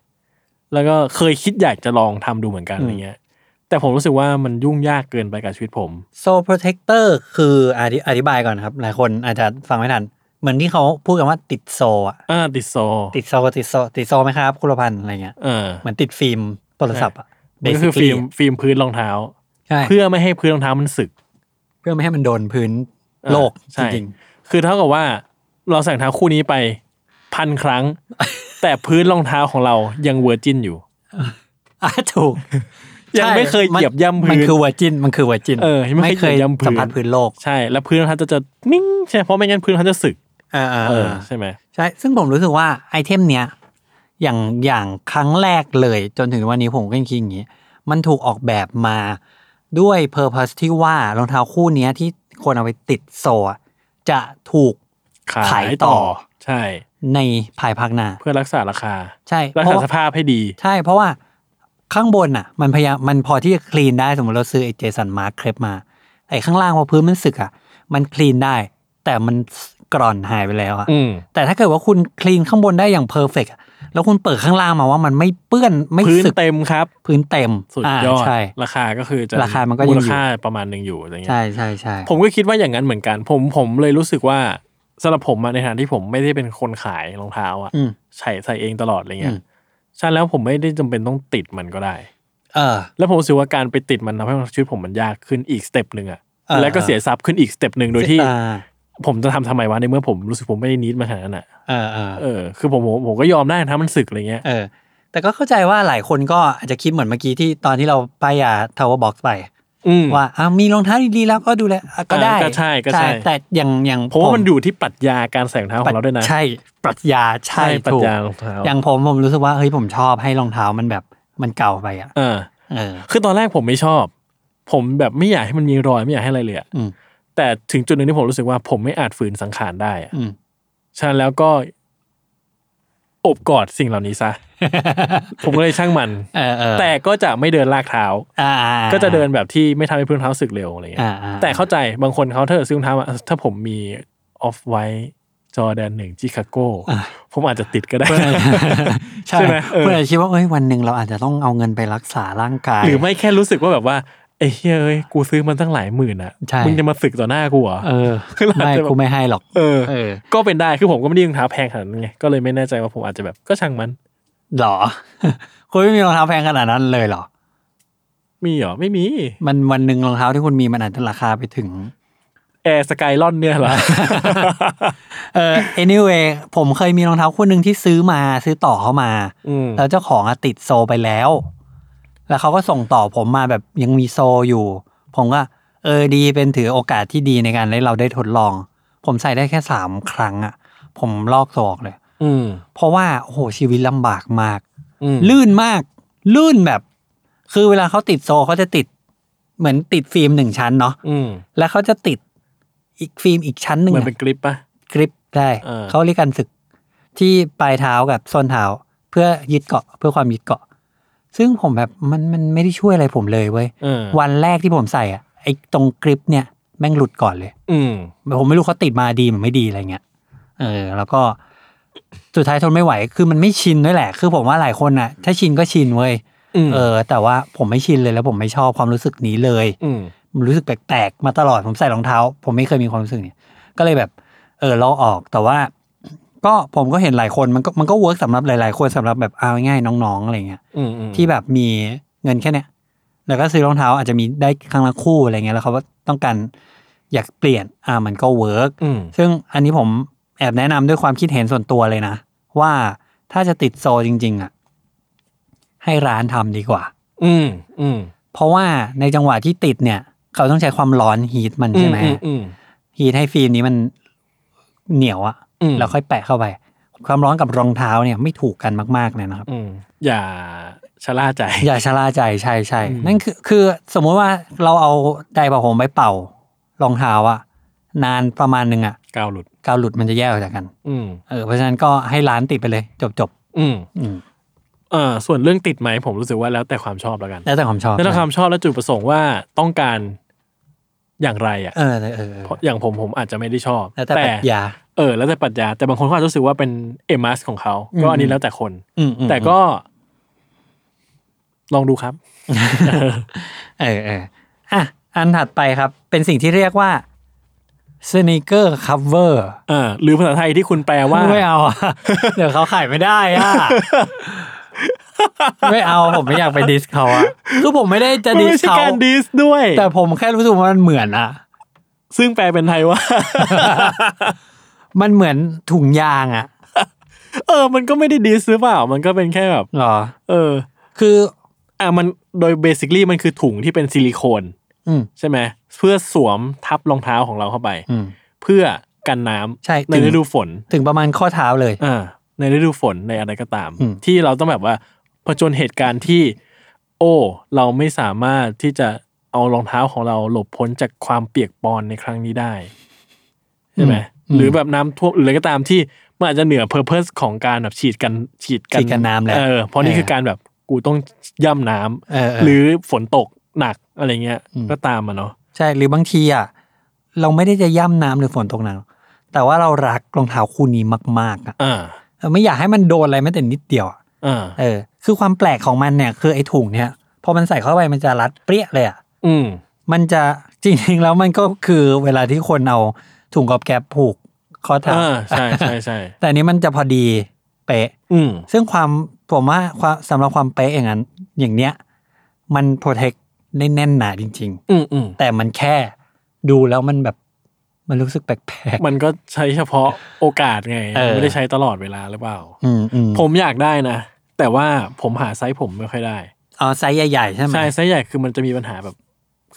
S3: แล้วก็เคยคิดอยากจะลองทำดูเหมือนกันอะไรเงี้ย แต่ผมรู้สึกว่ามันยุ่งยากเกินไปกับชีวิตผม
S2: โซ protector คืออธิอธิบายก่อนครับ หลายคนอาจจะฟังไม่ทัน เหมือนที่เขาพูดกันว่าติดโซอ่ะ
S3: อ่าติดโซ
S2: ติดโซติดโซติดโซไหมครับคุณรพันธ์อะไรเงี้ย
S3: เออ
S2: เหมือนติดฟิล์มโทรศัพท์อ่ะ
S3: มันก็คือ
S2: basically
S3: ฟิล์มฟิล์มพื้นรองเท้า
S2: ใช่
S3: เพื่อไม่ให้พื้นรองเท้ามันสึก
S2: เพื่อไม่ให้มันโดนพื้น
S3: เออ
S2: โลกจ
S3: ใช่
S2: ริง
S3: คือเท่ากับว่าเราใส่รองเท้าคู่นี้ไปพันครั้ง แต่พื้นรองเท้าของเรายังเวอร์จินอยู่
S2: ๆอ่ะถูก
S3: ยังไม่เคยเหยียบย่ำ
S2: มั
S3: พื้
S2: น
S3: น
S2: คือวอร์จินมันคือวอร์จิน
S3: เออยังไม่เคยเหยียบย่ำพื้น
S2: สัมผัสพื้นโลก
S3: ใช่ แล้วพื้นรองเท้าจะจะนิ่งใช่ เพราะไม่งั้นพื้นรองเท้าจะสึก
S2: เออเออ
S3: เอ
S2: เอ
S3: อ
S2: อ
S3: ใช่ไหม
S2: ใช่ ซึ่งผมรู้สึกว่าไอเทมเนี้ยอย่างอย่างครั้งแรกเลย จนถึงวันนี้ผมก็ยังคิดอย่างนี้ มันถูกออกแบบมาด้วยเพอร์เพสที่ว่ารองเท้าคู่เนี้ยที่คนเอาไปติดโซอะจะถูก
S3: ขา
S2: ขาย ยต่
S3: ต่อ
S2: อ
S3: ใช่
S2: ในภายภาคหน้า
S3: เพื่อรักษาราคา
S2: ใช่
S3: รัก
S2: เพ
S3: ษา
S2: ราะว่า
S3: สภาพให้ดี
S2: ใช่ เพราะว่าข้างบนอ่ะ มันพยายามมันพอที่จะคลีนได้สมมติเราซื้อไอเจสันมาร์คเคลปมา ไอข้างล่างพอพื้นมันสึกอ่ะ มันคลีนได้ แต่มันกร่อนหายไปแล้วอ่ะ
S3: อืม
S2: แต่ถ้าเกิดว่าคุณคลีนข้างบนได้อย่างเพอร์เฟกแล้วคุณเปิดข้างล่างมาว่ามันไม่เปื้อนไม่
S3: พื้น
S2: สึก
S3: เต็มครับ
S2: พื้นเต็ม
S3: สุดยอด
S2: าใช่
S3: ราคาก็คือจะ
S2: ราคามันก็ยังอยู่
S3: มูลค่าประมาณหนึ่งอยู่อะไรเงี้ย
S2: ใช่ใช่ใช่
S3: ผมก็คิดว่าอย่างนั้นเหมือนกัน ผมผมเลยรู้สึกว่า สำหรับผมอะในฐานะที่ผมไม่ได้เป็นคนขายรองเท้าอะ
S2: อืม
S3: ใส่ใส่เองตลอดอะไรเงี้
S2: อื
S3: ย
S2: ม
S3: ใช่แล้วผมไม่ได้จำเป็นต้องติดมันก็ได้
S2: เออ
S3: แล้วผมรู้สึกว่าการไปติดมันทำให้ชีวิตผมมันยากขึ้นอีกสเต็ปหนึ่งอะ
S2: อ่า
S3: แล้วก็เสียทรัพย์ขึ้นอีกสเต็ปหนึ่งโดยที่
S2: อ่า
S3: ผมจะทำทำไมวะในเมื่อผมรู้สึกผมไม่ได้นิดมาขนาดนั้นอะ
S2: เออเออ
S3: เออคือผมผมผมก็ยอมได้นะมันสึกอะไรเงี้ย
S2: เออ แต่ก็เข้าใจว่าหลายคนก็อาจจะคิดเหมือนเมื่อกี้ที่ตอนที่เราป้ายยาทาวเวอร์บ็อกซ์ไป
S3: อืม
S2: ว่าอ้าวมีรองเท้าดีๆแล้วก็ดูแลอ่ะก็ได้
S3: อ่าก็ใช่ก็ใช่
S2: แต่อย่างอย่าง
S3: ผมว่ามันอยู่ที่ปรัชญาการใส่รองเท้าของเราด้วยนะ
S2: ใช่ปรัชญาใช่
S3: ปรั
S2: ถู
S3: ช
S2: ก
S3: ญารองเท้า
S2: อย่างผมผมรู้สึกว่าเฮ้ยผมชอบให้รองเท้ามันแบบมันเก่าไปอ่ะ
S3: เออ
S2: เออ
S3: คือตอนแรกผมไม่ชอบ ผมแบบไม่อยากให้มันมีรอยไม่อยากให้อะไรเลยอะ
S2: อืม
S3: แต่ถึงจุดหนึ่งที่ผมรู้สึกว่าผมไม่อาจฝืนสังขารได้อะ
S2: อืม
S3: ฉะนั้นแล้วก็อบกอดสิ่งเหล่านี้ ซะ ผมก็เลยช่างมัน
S2: เออเออ
S3: แต่ก็จะไม่เดินลากเท้า
S2: อ่าอ่า
S3: ก็จะเดินแบบที่ไม่ทำให้พื้นเท้าสึกเร็วอะไรเงี้ย
S2: อ่าอ่
S3: แต่เข้าใจบางคนเขาเธอซื้อรองเท้ามาถ้าผมมีออฟไว e จอแดนหนึ่งจิคาโก้ผมอาจจะติด ก็ได้
S2: เพื่อนใช่
S3: ใช่
S2: ไห
S3: ไห
S2: ม
S3: มเออ
S2: เพื่อนอาจจะคิดว่าเอ้ยวันหนึ่งเราอาจจะต้องเอาเงินไปรักษาร่างกาย
S3: หรือไม่แค่รู้สึกว่าแบบว่าไอ้เฮ้ยเอ้ยกูซื้อมันตั้งหลายหมื่นอ่ะ
S2: ใช่
S3: มึงจะมาสึกต่อหน้ากูเหรอ
S2: เออ
S3: คือเราอาจ
S2: ไม่
S3: จะแบบ
S2: กูไม่ให้หรอก
S3: เออ
S2: เออ
S3: ก็เป็นได้คือผมก็ไม่ได้รองเท้าแพงขนาดนั้นไงก็เลยไม่แน่ใจว่าผมอาจจะแบบก็ช่างมัน
S2: หรอ คุณไม่มีรองเท้าแพงขนาดนั้นเลยเหรอ
S3: มีเหรอไม่มี
S2: มันวันหนึ่งรองเท้าที่คุณมีมันอาจจะราคาไปถึง
S3: แอร์สกายลอนเนี่ยเหร อ
S2: เออ anyway ผมเคยมีรองเท้าคู่หนึ่งที่ซื้อมาซื้อต่อเข้ามา
S3: อืม
S2: แล้วเจ้าของอะติดโซไปแล้ว แล้วเขาก็ส่งต่อผมมาแบบยังมีโซอยู่ ผมก็เออดีเป็นถือโอกาสที่ดีในการได้เราได้ทดลอง ผมใส่ได้แค่สามครั้งอะผมลอกโซออกเลย
S3: อืม
S2: เพราะว่าโอ้โหชีวิตลำบากมาก
S3: อืม
S2: ลื่นมาก ลื่นแบบ คือเวลาเขาติดโซเขาจะติด เหมือนติดฟิล์มหนึ่งชั้นเนาะ
S3: อืม
S2: แล้วเขาจะติดอีกฟิล์มอีกชั้นหนึ่ง
S3: เหมือน
S2: อะ
S3: เป็นกริปปะ
S2: กริปได้
S3: เออ
S2: เขาเรียกกันศึกที่ปลายเท้ากับส้นเท้า เพื่อยึดเกาะเพื่อความยึดเกาะ ซึ่งผมแบบมันมันไม่ได้ช่วยอะไรผมเลยเว้ย
S3: เออ
S2: วันแรกที่ผมใส่อะไอ้ตรงกริปเนี่ยแม่งหลุดก่อนเลย
S3: อืม
S2: ผมไม่รู้เขาติดมาดีหรือไม่ดีอะไรเงี้ย เออ แล้วก็สุดท้ายทนไม่ไหว คือมันไม่ชินด้วยแหละ คือผมว่าหลายคนอะถ้าชินก็ชินเว้ย
S3: อืม
S2: เออ แต่ว่าผมไม่ชินเลยแล้วผมไม่ชอบความรู้สึกนี้เลย
S3: อืม
S2: รู้สึกแปลกๆ มาตลอดผมใส่รองเท้า ผมไม่เคยมีความรู้สึกเนี่ย ก็เลยแบบ เออลอกออกแต่ว่า ก็ผมก็เห็นหลายคนมันก็มันก็เวิร์กสำหรับหลายๆคนสำหรับแบบเอาง่ายๆน้องๆอะไรเงี้ย
S3: อืมอืม
S2: ที่แบบมีเงินแค่เนี้ยแล้วก็ซื้อรองเท้าอาจจะมีได้ครั้งละคู่อะไรเงี้ยแล้วเขาก็ต้องการอยากเปลี่ยนอ่ามันก็เวิร์ก
S3: อืม
S2: ซึ่งอันนี้ผมแอบแนะนำด้วยความคิดเห็นส่วนตัวเลยนะ ว่าถ้าจะติดโซจริง ๆ อ่ะ ให้ร้านทำดีกว่า
S3: อืมอืม
S2: เพราะว่าในจังหวะที่ติดเนี่ย เขาต้องใช้ความร้อนฮีทมันใช่ไหม
S3: อือืม
S2: ฮีทให้ฟิล์มนี้มันเหนียวอะ
S3: อืม
S2: แล้วค่อยแปะเข้าไป ความร้อนกับรองเท้าเนี่ยไม่ถูกกันมากๆเลย นะครับ
S3: อืมอย่าชะล่าใจ
S2: อย่าชะล่าใจใช่ใช่
S3: อืม
S2: นั่นคือคือสมมุติว่าเราเอาไดร์เป่าผมไปเป่า รองเท้าอะนานประมาณหนึ่งอะ
S3: ก้าวหลุด
S2: กาวหลุดมันจะแยกออกจากกัน
S3: อืม
S2: เออเพราะฉะนั้นก็ให้ร้านติดไปเลยจบจบ
S3: อืม
S2: ๆอืม
S3: เอ่อส่วนเรื่องติดไหมผมรู้สึกว่าแล้วแต่ความชอบแล้วกัน
S2: แล้วแต่ความชอบ
S3: แล้วแต่ความชอบและจุดประสงค์ว่าต้องการอย่างไรอ่ะ
S2: เออเออเออ
S3: เพราะอย่างผมผมอาจจะไม่ได้ชอบ
S2: แล้วแต่ปรัชญา
S3: เออ แล้วแต่ปรัชญาแต่บางคนเขาอาจจะรู้สึกว่าเป็นเอมัสของเขา
S2: อืม
S3: ก็อันนี้แล้วแต่คน
S2: อืมอืม
S3: แต่ก็ ลองดูครับ
S2: เออเอออ่ะอันถัดไปครับ เป็นสิ่งที่เรียกว่าสเนคเกอร์คัฟเวอร์
S3: เออหรือภาษาไทยที่คุณแปลว่า
S2: ไม่เอาอะ เดี๋ยวเขาขายไม่ได้อ่ะ ไม่เอาผมไม่อยากไปดิสเขาอ่ะคือผมไม่ได้จะ
S3: มัน
S2: ดิส
S3: ไม่ใช่
S2: เขา
S3: การดิสด้วย
S2: แต่ผมแค่รู้สึกว่ามันเหมือนอ่ะ
S3: ซึ่งแปลเป็นไทยว่า
S2: มันเหมือนถุงยางอ่ะ
S3: เออ มันก็ไม่ได้ดิสหรือเปล่า มันก็เป็นแค่แบบ
S2: เหรอ
S3: เออ
S2: คือ
S3: อ่ะมันโดยเบสิค a l มันคือถุงที่เป็นซิลิโคน
S2: อืม
S3: ใช่ไหมเพื่อสวมทับรองเท้าของเราเข้าไป
S2: อืม
S3: เพื่อกันน้ำ
S2: ใช่
S3: ใน
S2: ถึง
S3: ฤดูฝน
S2: ถึงประมาณข้อเท้าเลย
S3: อ่าในฤดูฝนในอะไรก็ตาม
S2: อืม
S3: ที่เราต้องแบบว่าผจญเหตุการณ์ที่ โอ้ เราไม่สามารถที่จะเอารองเท้าของเราหลบพ้นจากความเปียกปอนในครั้งนี้ได้ใช่ไหมหรือแบบน้ำท่วมหรืออะไรก็ตามที่มันอาจจะเหนือเพอร์เพสของการแบบฉีดกันฉีดกัน
S2: ฉีดกันน้ำแล้ว
S3: เออเพราะนี่
S2: เออ
S3: คือการแบบกูต้องย่ำน้ำ
S2: เออเห
S3: รือฝนตกหนักอะไรเงี้ย
S2: อืม
S3: ก็ตามมาเนาะ
S2: ใช่หรือบางทีอ่ะเราไม่ได้จะย่ำน้ำหรือฝนตกหนักหรอกแต่ว่าเรารักรองเท้าคู่นี้มากๆอ่ะ
S3: อ่า
S2: เออไม่อยากให้มันโดนอะไรแม้แต่นิดเดียวอะ
S3: อ่า
S2: เออ คือความแปลกของมันเนี่ย คือไอ้ถุงเนี่ยพอมันใส่เข้าไปมันจะรัดเปรี้ยเลยอ่ะ
S3: อืม
S2: มันจะจริงๆแล้วมันก็คือเวลาที่คนเอาถุงกอบแกบผูก ข้อเท้า
S3: อ่าใช่ใช่ใช่
S2: แต่อันนี้มันจะพอดีเป๊ะ
S3: อืม
S2: ซึ่งความผมว่าความสำหรับความเป๊ะอย่างนั้น อย่างเนี้ย มันโปรเทคได้แน่นหนาจริง
S3: อืมอืม
S2: ๆ แต่มันแค่ดูแล้วมันแบบมันรู้สึกแปลก
S3: มันก็ใช้เฉพาะโอกาสไง
S2: เออ
S3: ไม่ได้ใช้ตลอดเวลาหรือเปล่า
S2: ๆอืมอืม
S3: ผมอยากได้นะ แต่ว่าผมหาไซส์ผมไม่ค่อยได้
S2: อ๋อไซส์ใหญ่ๆใช่ไหม
S3: ใช่ไซส์ใหญ่คือมันจะมีปัญหาแบบ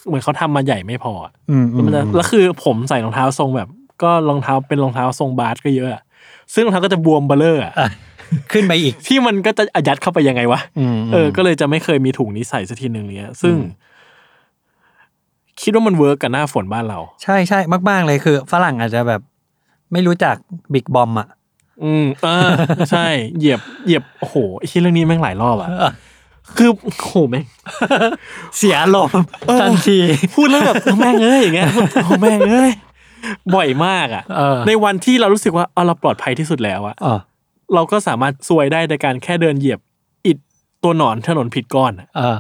S3: เหมือนเขาทำมาใหญ่ไม่พออะ
S2: อืมอืม
S3: มันจะแล้วคือผมใส่รองเท้าทรงแบบ ก็รองเท้าเป็นรองเท้าทรงบาสก็เยอะอะซึ่งรองเท้าก็จะบวมเบลเลอร์อะ
S2: อ่ะขึ้นไปอีก
S3: ที่มันก็จะอายัดเข้าไปยังไงวะ
S2: ม
S3: เออ ก็เลยจะไม่เคยมีถุงนี้ใส่สักทีหนึ่งเนี้ย ซึ่ง คิดว่ามันเวิร์กกับหน้าฝนบ้านเรา
S2: ใช่ใช่มาก ๆ เลยคือ ฝรั่งอาจจะแบบ ไม่รู้จักบิ๊กบอมอ่ะ
S3: อืมอ่า ใช่ เหยียบ เหยียบ โอ้โหไอ้ที่เรื่องนี้แม่งหลายรอบอะ
S2: เออ
S3: คือ โอ้โหแม่ง
S2: เสียลมณ์ทันที
S3: พูดแล้วแบบ แม่งเอ้ยอย่างเงี้ยโอ้แม่งเอ้ย บ่อยมากอะ
S2: เออ
S3: ในวันที่เรารู้สึกว่าเอาเราปลอดภัยที่สุดแล้วอะ
S2: อ๋อ
S3: เราก็สามารถซวยได้ในการแค่เดินเหยียบ อิดตัวหนอนถนนผิดก้อนอะ
S2: เออ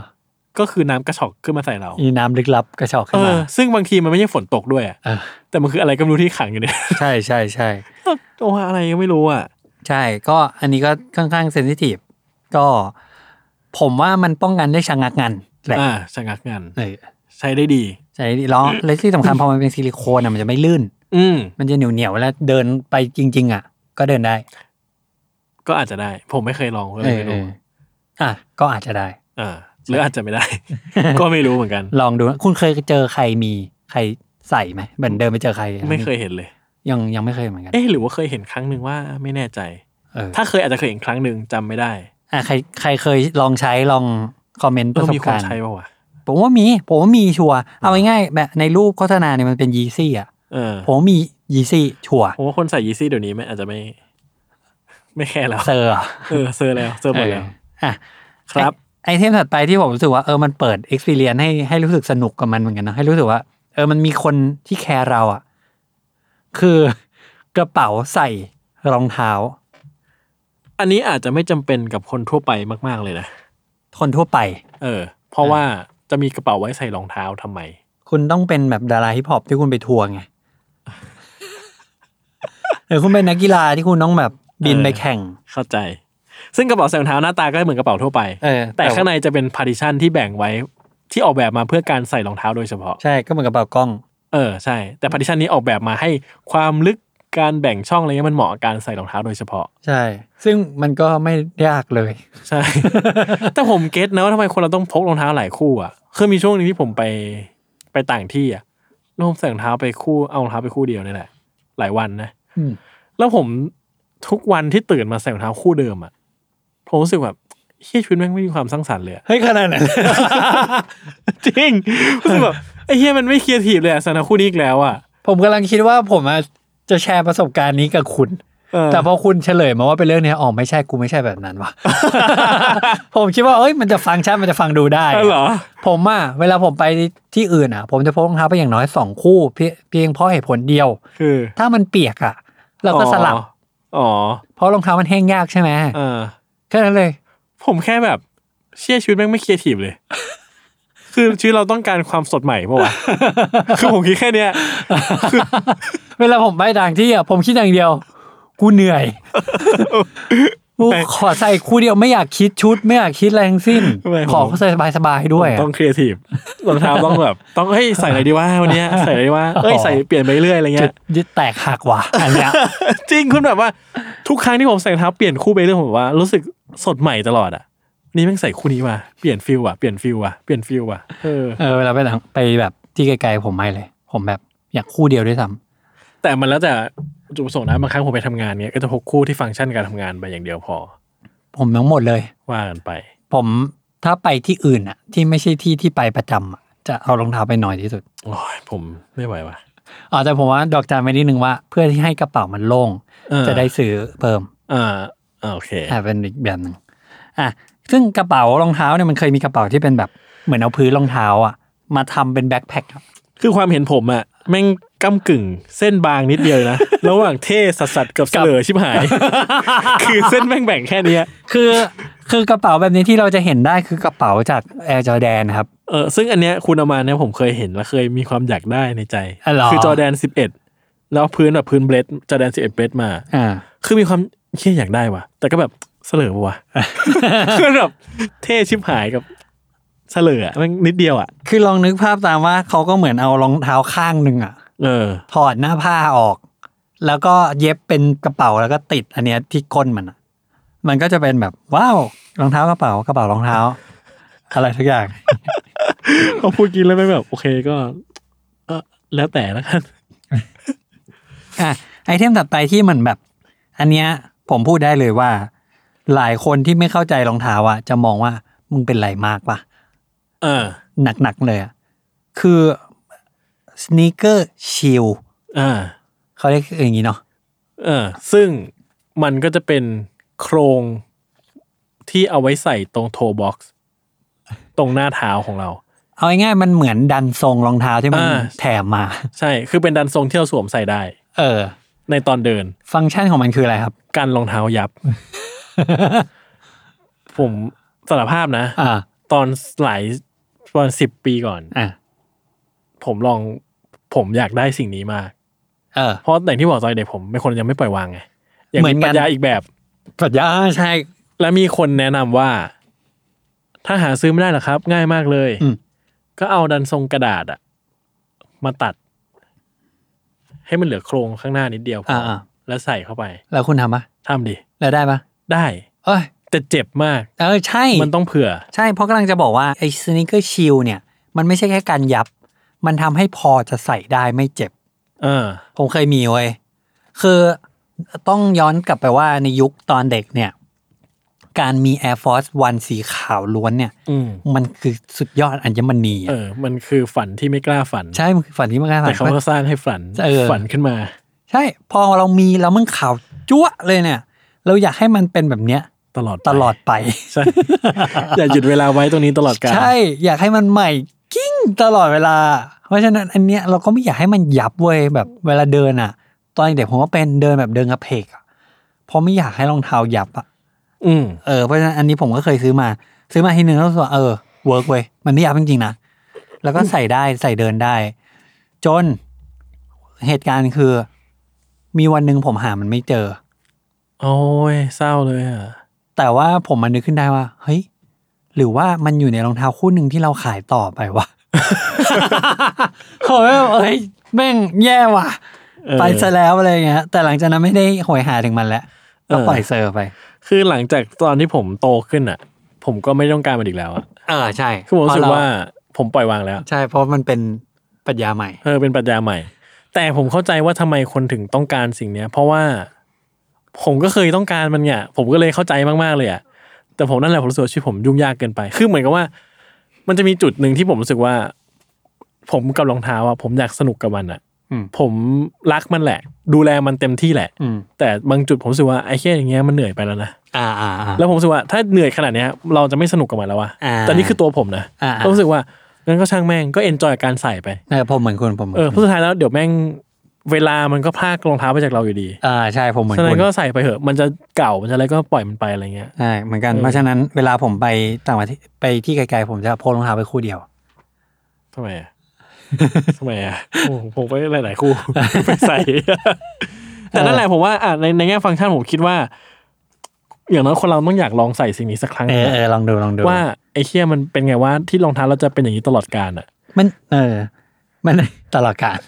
S3: ก็คือน้ำกระชอกขึ้นมาใส่เรา
S2: อีน้ำลึกลับกระชอก
S3: เอ
S2: ขึ้นมา
S3: อ ซึ่งบางทีมันไม่ใช่ฝนตกด้วยอะ
S2: เออ
S3: แต่มันคืออะไรก็ไม่รู้ที่ขังอยู่เนี่ย
S2: ใช่ใช่ใช่
S3: โอ้อะไรก็ไม่รู้อ่ะ
S2: ใช่ ก็อันนี้ก็ค่อนข้างเซนซิทีฟ ก็ผมว่ามันป้องกันได้ชะงักงันแหละ
S3: อ่าชะงักงัน
S2: เออ
S3: ใช้ได้ดี
S2: ใช่ดิแล้วและที่สำคัญ พอมันเป็นซิลิโคนอ่ะมันจะไม่ลื่น
S3: อืม
S2: มันจะเหนียวเหนียวๆแล้วเดินไปจริง ๆ อ่ะ ก็เดินได้
S3: ก็อาจจะได้ ผมไม่เคยลองก็เลยไม่
S2: เอ
S3: รู้
S2: ออ่ะก็อาจจะได้
S3: อ่าหรืออาจจะไม่ได้ ก็ไม่รู้เห มือนกัน
S2: ลองดูนะคุณเคยเจอใครมีใครใส่ไหมเหมือนเดินไปเจอใคร
S3: ไม่เคยเห็นเลย
S2: ยังยังไม่เคยเหมือนกัน
S3: เอ๊ะหรือว่าเคยเห็นครั้งหนึ่งว่าไม่แน่ใจ
S2: เออ
S3: ถ้าเคยอาจจะเคยเห็นครั้งหนึ่งจำไม่ได้
S2: อ่ะใครใครเคยลองใช้ลองคอมเมนต์ป
S3: ต้อ
S2: ระ
S3: ง
S2: ส
S3: มี
S2: บ
S3: ค
S2: การ
S3: น
S2: ณ์
S3: ใช้ป่าวะ
S2: ผมว่ามีผมว่ามีชัวร์เอาง่ายๆแบบในรูปโฆษณาเนี่ยมันเป็นยีซี่อ่ะ
S3: เออ
S2: ผมมียีซี่ชัวร์
S3: ผมว่าคนใส่ยีซี่เดี๋ยวนี้ไม่อาจจะไม่ ไม่แค่ แล้ว
S2: เซอร์อะ
S3: เออเซอร์แล้วเซอร์หมดแล้ว
S2: อ่ะ
S3: ครับ
S2: ไอไอเทมถัดไปที่ผมรู้สึกว่าเออมันเปิด experience ให้ให้รู้สึกสนุกกับมันเหมือนกันนะให้รู้สึกว่า เออมันมีคนที่แคร์เราอ่ะ คือกระเป๋าใส่รองเท้า
S3: อันนี้อาจจะไม่จำเป็นกับคนทั่วไปมาก ๆเลยนะ
S2: คนทั่วไป
S3: เออ เพราะว่าจะมีกระเป๋าไว้ใส่รองเท้าทำไม
S2: คุณต้องเป็นแบบดาราฮิปฮอปที่คุณไปทัวร์ไงหรือคุณเป็นนักกีฬาที่คุณต้องแบบบิน
S3: เออ
S2: ไปแข่ง
S3: เข้าใจ ซึ่งกระเป๋าใส่รองเท้าหน้าตาก็เหมือนกระเป๋าทั่วไป
S2: เออ
S3: แต่
S2: ว่
S3: ข้างในจะเป็นพาร์ติชันที่แบ่งไว้ที่ออกแบบมาเพื่อการใส่รองเท้าโดยเฉพาะ
S2: ใช่ก็เหมือนกระเป๋ากล้อง
S3: เออใช่ แต่พาร์ติชันนี้ออกแบบมาให้ความลึกการแบ่งช่องอะไรเงี้ยมันเหมาะกับการใส่รองเท้าโดยเฉพาะ
S2: ใช่ ซึ่งมันก็ไม่ยากเลย
S3: ใช่ แต่ผมเก็ตนะว่าทำไมคนเราต้องพกรองเท้าหลายคู่อ่ะคือมีช่วงหนึงที่ผมไปไปต่างที่อ่ะแล้วผมใส่รองเท้าไปคู่เอารองเท้าไปคู่เดียวนี่แหละ หลายวันนะ
S2: อืม
S3: แล้วผมทุกวันที่ตื่นมาใส่รองเท้าคู่เดิมอ่ะผมรู้สึกแบบเฮียชีวิตแม่งไม่มีความสร้างสรรค์เลยอะ
S2: เฮ้ยขนาดนั้น
S3: จริงรู้สึกแบบไอ้เฮียมันไม่ครีเอทีฟเลยอ่ะสำหรับคู่นี้อีกแล้วอ่ะ
S2: ผมกำลังคิดว่าผมอะจะแชร์ประสบการณ์นี้กับคุณ
S3: เออ
S2: แต่พอคุณเฉลยมาว่าเป็นเรื่องเนี้ยอ๋อไม่ใช่กูไม่ใช่แบบนั้น วะ ผมคิดว่าเอ้ยมันจะฟังก์ชันมันจะฟังดูได้
S3: เออเหรอ
S2: ผมอะเวลาผมไปที่อื่นอะผมจะพกรองเท้าไปอย่างน้อยสองคู่เพียเพียงเพราะเหตุผลเดียว
S3: คือ
S2: ถ้ามันเปียกอะเราก็สลับ
S3: อ๋อ
S2: เพราะรองเท้ามันแห้งยากใช่ไหม
S3: เออ
S2: แค่นั้นเลย
S3: ผมแค่แบบ เชี่ยชีวิตแม่งไม่ครีเอทีฟเลย คือชีวิตเราต้องการความสดใหม่ป่าวะ คือผมคิดแค่เนี้ย
S2: เวลาผมไปต่างที่อะผมคิดอย่างเดียว กูเห นื่อยกูขอใส่คู่เดียวไม่อยากคิดชุด ไม่อยากคิดอะไรทั้งสิ้น ขอเขาใส่สบายๆด้วยอะ
S3: ต้องครีเอทีฟรองเท้าต้องแบบ ต้องเฮ้ยใส่อะไรดีวะวัน เนี้ยใส่อะไรดีวะเอ้ยใส่เปลี่ยนไปเรื่อยอะไร
S2: จุ
S3: เงี้
S2: ด
S3: ย
S2: ยึดแตกหักว่ะอันเนี้ย
S3: จริงคุณแบบว่า ทุกครั้งที่ผมใส่รองเท้าเปลี่ยนคู่ไปเรื่อยผมแบบว่ารู้สึกสดใหม่ตลอดอ่ะ นี่แม่งใส่คู่นี้ว่ะเปลี่ยนฟิลว่ะเปลี่ยนฟิลว่ะเปลี่ยนฟิลว่ะเออ
S2: เออเวลาไปหนังไปแบบที่ไกลๆผมไม่เลย ผมแบบอยากคู่เดียวด้วยซ้
S3: แต่มันแล้วแต่จุดประสงค์นะบางครั้งผมไปทำงานเนี้ยก็จะพกคู่ที่ฟังก์ชันการทำงานไปอย่างเดียวพอ
S2: ำผมทั้งหมดเลย
S3: ว่ากันไป
S2: ผมถ้าไปที่อื่นอ่ะ ที่ไม่ใช่ที่ที่ไปประจำอะจะเอารองเท้าไปหน่อยที่สุด
S3: โอ้ยผมไม่ไหวว่ะ
S2: อ๋อแต่ผมว่าดอกจันไปนิดนึงว่า เพื่อที่ให้กระเป๋ามันโล่ง
S3: เออ
S2: จะได้ซื้อเพิ่ม
S3: อ่าอ่าโอเค
S2: อ่าเป็นอีกแบบหนึ่งอ่ะซึ่งกระเป๋ารองเท้าเนี่ยมันเคยมีกระเป๋าที่เป็นแบบเหมือนเอาพื้นรองเท้าอ่ะมาทำเป็นแบ็คแพ็คอะ
S3: คือความเห็นผมอะแม่งก้ากึ่ง เส้นบางนิดเดียวเลยนะ ระหว่างเท่สัสสัสกับเสลอชิบหาย คือเส้นแม่งแบ่งแค่เนี้ย
S2: คือคือกระเป๋าแบบนี้ที่เราจะเห็นได้คือกระเป๋าจากแอร์จอแดนครับ
S3: เออซึ่งอันเนี้ยคุณเอามาเนี่ยผมเคยเห็นและเคยมีความอยากได้ในใจ
S2: อ๋อเหรอ
S3: คือจอแดนสิบเอ็ด แล้วพื้นแบบพื้นเบลดจะแดนสิบเอ็ดเบลดมา
S2: อ่า
S3: คือมีความเชี่ยอยากได้ว่ะ แต่ก็แบบเสลอปะวะ คือแบบเท่ชิบหายกับเสลออะมันนิดเดียวอ่ะ
S2: คือลองนึกภาพตามว่าเขาก็เหมือนเอารองเท้าข้างหนึ่งอ่ะ
S3: เออ
S2: ถอดหน้าผ้าออก แล้วก็เย็บเป็นกระเป๋าแล้วก็ติดอันเนี้ยที่ก้นมันอะมันก็จะเป็นแบบว้าวรองเท้ากระเป๋ากระเป๋ารองเท้า อะไรทุกอย่าง
S3: พอพูดกินแล้วไม่งแบบ โอเคก็เออแล้วแต่ละกัน
S2: อ่ะไอเทมถัดไปที่มันแบบ อันเนี้ยผมพูดได้เลยว่า หลายคนที่ไม่เข้าใจรองเท้าอะจะมองว่ามึงเป็นไรมากปะ
S3: เออ
S2: หนักๆเลยอะคือสเนคเกอร์ชิล
S3: อ่า
S2: เขาเรียกอย่างนี้เนาะ
S3: เออ ซึ่งมันก็จะเป็นโครงที่เอาไว้ใส่ตรงโทบ็อกซ์ตรงหน้าเท้าของเรา
S2: เอาง่ายๆมันเหมือนดันทรงรองเท้าที่มัน
S3: อ่า
S2: แถมมา
S3: ใช่ คือเป็นดันทรงที่เราสวมใส่ได้
S2: เออ
S3: ในตอนเดิน
S2: ฟังก์ชันของมันคืออะไรครับ
S3: กันรองเท้ายับ ผมสารภาพนะ
S2: อ่า
S3: ตอนหลายประมาณสิบปีก่อน
S2: อ่ะ
S3: ผมลองผมอยากได้สิ่งนี้มาก
S2: เออ
S3: เพราะอย่างที่บอกตอนเด็กผมเป็นคนยังไม่ปล่อยวางไงยัง
S2: เหมื
S3: มี
S2: อนกัน
S3: ปัญญาอีกแบบ
S2: ปรัชญาใช่
S3: และมีคนแนะนำว่า ถ้าหาซื้อไม่ได้หรอกครับ ง่ายมากเลย
S2: อืม
S3: ก็เอาดันทรงกระดาษอะมาตัด ให้มันเหลือโครงข้างหน้านิดเดียวพอ
S2: อ่า
S3: อแล้วใส่เข้าไป
S2: แล้วคุณทำปะ
S3: ทำดิ
S2: แล้วได้ปะ
S3: ได้
S2: เอ้ย
S3: แต่เจ็บมาก
S2: เออ ใช่
S3: มันต้องเผื่อ
S2: ใช่ เพราะกำลังจะบอกว่า ไอ้สนิเกอร์ชิลเนี่ย มันไม่ใช่แค่การยับ มันทำให้พอจะใส่ได้ไม่เจ็บ
S3: เออ
S2: ผมเคยมีเว้ย คือต้องย้อนกลับไปว่าในยุคตอนเด็กเนี่ย การมี Air Force วันสีขาวล้วนเนี่ย
S3: อืม
S2: มันคือสุดยอดอัญมณี
S3: เอ
S2: อะ
S3: อ มันคือฝันที่ไม่กล้าฝัน
S2: ใช่ มันคือฝันที่มันกล้าฝั
S3: แต่
S2: น
S3: เขาก็สร้างให้ฝัน
S2: เออ
S3: ฝันขึ้นมา
S2: ใช่ พอเรามีแล้วมันขาวจั๊วะเลยเนี่ย เราอยากให้มันเป็นแบบเนี้ย
S3: ตลอดไป
S2: ตลอดไป
S3: ใช่ อย่าหยุดเวลาไว้ตรงนี้ตลอดกาล
S2: ใช่ อยากให้มันใหม่กิ้งตลอดเวลา เพราะฉะนั้นอันเนี้ยเราก็ไม่อยากให้มันยับเว้ยแบบเวลาเดินอ่ะ ตอนเด็กผมก็เป็นเดินแบบเดินกระเพกอ่ะเพราะไม่อยากให้รองเท้ายับอ่ะ
S3: อืม
S2: เออเพราะฉะนั้นอันนี้ผมก็เคยซื้อมา ซื้อมาทีหนึ่งแล้วรู้สึกว่าเออเวิร์กเว้ยมันไม่ยับจริงๆนะแล้วก็ใส่ได้ใส่เดินได้ จนเหตุการณ์คือ มีวันหนึ่งผมหามันไม่เจอ
S3: โอ้ยเศร้าเลยอ่ะ
S2: แต่ว่าผมมันนึกขึ้นได้ว่า เฮ้ย หรือว่ามันอยู่ในรองเท้าคู่หนึ่งที่เราขายต่อไปวะ เฮ้ยเอ้ยแม่งแย่ว่ะ
S3: เออ
S2: ไปซะแล้วอะไรเงี้ยแต่หลังจากนั้นไม่ได้หวยหาถึงมันแล้วก็ปล่อยเซอร์ไป
S3: คือหลังจากตอนที่ผมโตขึ้นอ่ะ ผมก็ไม่ต้องการมันอีกแล้วอ่ะ
S2: เออใช่
S3: คือผมรู้สึก
S2: เพะเ
S3: ว่าผมปล่อยวางแล้ว
S2: ใช่เพราะมันเป็นปรัชญาใหม่
S3: เออเป็นปรัชญาใหม่ แต่ผมเข้าใจว่าทำไมคนถึงต้องการสิ่งเนี้ย เพราะว่าผมก็เคยต้องการมันเนี่ยผมก็เลยเข้าใจมากๆเลยอ่ะแต่ผมนั่นแหละผมรู้สึกว่าชีวิตผมยุ่งยากเกินไป คือเหมือนกับว่า มันจะมีจุดหนึ่งที่ผมรู้สึกว่า ผมกับรองเท้าอ่ะผมอยากสนุกกับมันอ่ะ
S2: อืม
S3: ผมรักมันแหละ ดูแลมันเต็มที่แหละ
S2: อืม
S3: แต่บางจุดผมรู้สึกว่าไอ้แค่อย่างเงี้ยมันเหนื่อยไปแล้วนะ
S2: อ่าอ่าอ่า
S3: แล้วผมรู้สึกว่าถ้าเหนื่อยขนาดเนี้ยเราจะไม่สนุกกับมันแล้ววะ
S2: อ่า
S3: แต่นี่คือตัวผมนะ
S2: อ่า
S3: ก็รู้สึกว่างั้นก็ช่างแม่งก็เอนจอยการใส่ไป
S2: เออผมเหมือนคุณผมหมืน
S3: เออเพ
S2: คุณ
S3: ราะสุดท้ายแล้วเดี๋ยวแม่งเวลามันก็พรากรองเท้าไปจากเราอยู่ดี
S2: อ่าใช่ผมเหมือน
S3: ฉะนั้
S2: คุ
S3: น
S2: ณ
S3: ก็ใส่ไปเถอะ มันจะเก่า มันจะอะไรก็ปล่อยมันไปอะไรเงี้ย
S2: ใช่เหมือนกัน
S3: เออ
S2: เพราะฉะนั้นเวลาผมไปต่างประเทศไปที่ไกลๆผมจะโพกรองเท้าไปคู่เดียว
S3: ทำไม อ่ะ ทำไมอ่ะโอ้ผมไปหลาย ๆ คู่ ไปใส่ แต่นั่นแหละผมว่าอ่ะในในแง่ฟังก์ชันผมคิดว่า อย่างน้อยคนเราต้องอยากลองใส่สิ่งนี้สักครั้ง
S2: เออเออลองดูลองดู
S3: ว่าไอ้เคียมันเป็นไงว่าที่รองเท้าเราจะเป็นอย่างนี้ตลอดกาลอ่ะ
S2: มันเออ มัน ตลอดกาล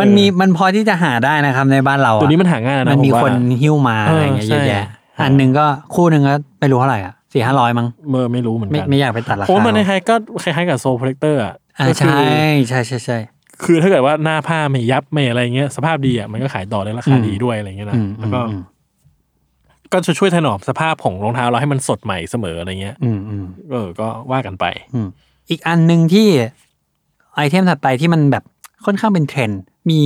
S2: มันมีมันพอที่จะหาได้นะครับ ในบ้านเราอะ
S3: ตัวนี้มันหาง่ายแล้วนะ
S2: มันมี
S3: ผว่า
S2: คนหิ้วมา
S3: เอออ
S2: อะไรเงี้ยเยอะ
S3: ใช่
S2: แยะ
S3: หา
S2: อันหนึ่งก็คู่หนึ่งก็ไม่รู้เท่าไหร่อ่ะสี่ห้าร้อยมั้ง
S3: เมอร์ไม่รู้เหมือน
S2: ไม่
S3: กัน
S2: ไม่อยากไปตัดรา
S3: เพราะ
S2: คา
S3: มันคล้ายๆก็คล้ายๆกับโซลโปรเทคเตอร์อ่ะ
S2: อ่า
S3: ก็คื
S2: ใช่ใช่ใช่ใช่
S3: คือถ้าเกิดว่าหน้าผ้าไม่ยับไม่อะไรเงี้ยสภาพดีอ่ะมันก็ขายต่อได้ราคา
S2: อืม
S3: ดีด้วยอะไรเงี้ยนะ
S2: อืม
S3: แล้
S2: อืม
S3: วก็ก็จะช่วยถนอมสภาพของรองเท้าเราให้มันสดใหม่เสมออะไรเงี้ย
S2: อืมอืม
S3: เออก็ว่ากันไป
S2: อืมอีกอันหนึ่งที่ไอเทมถัดไปที่มันแบบค่อนข้างเป็นเทรนด์มี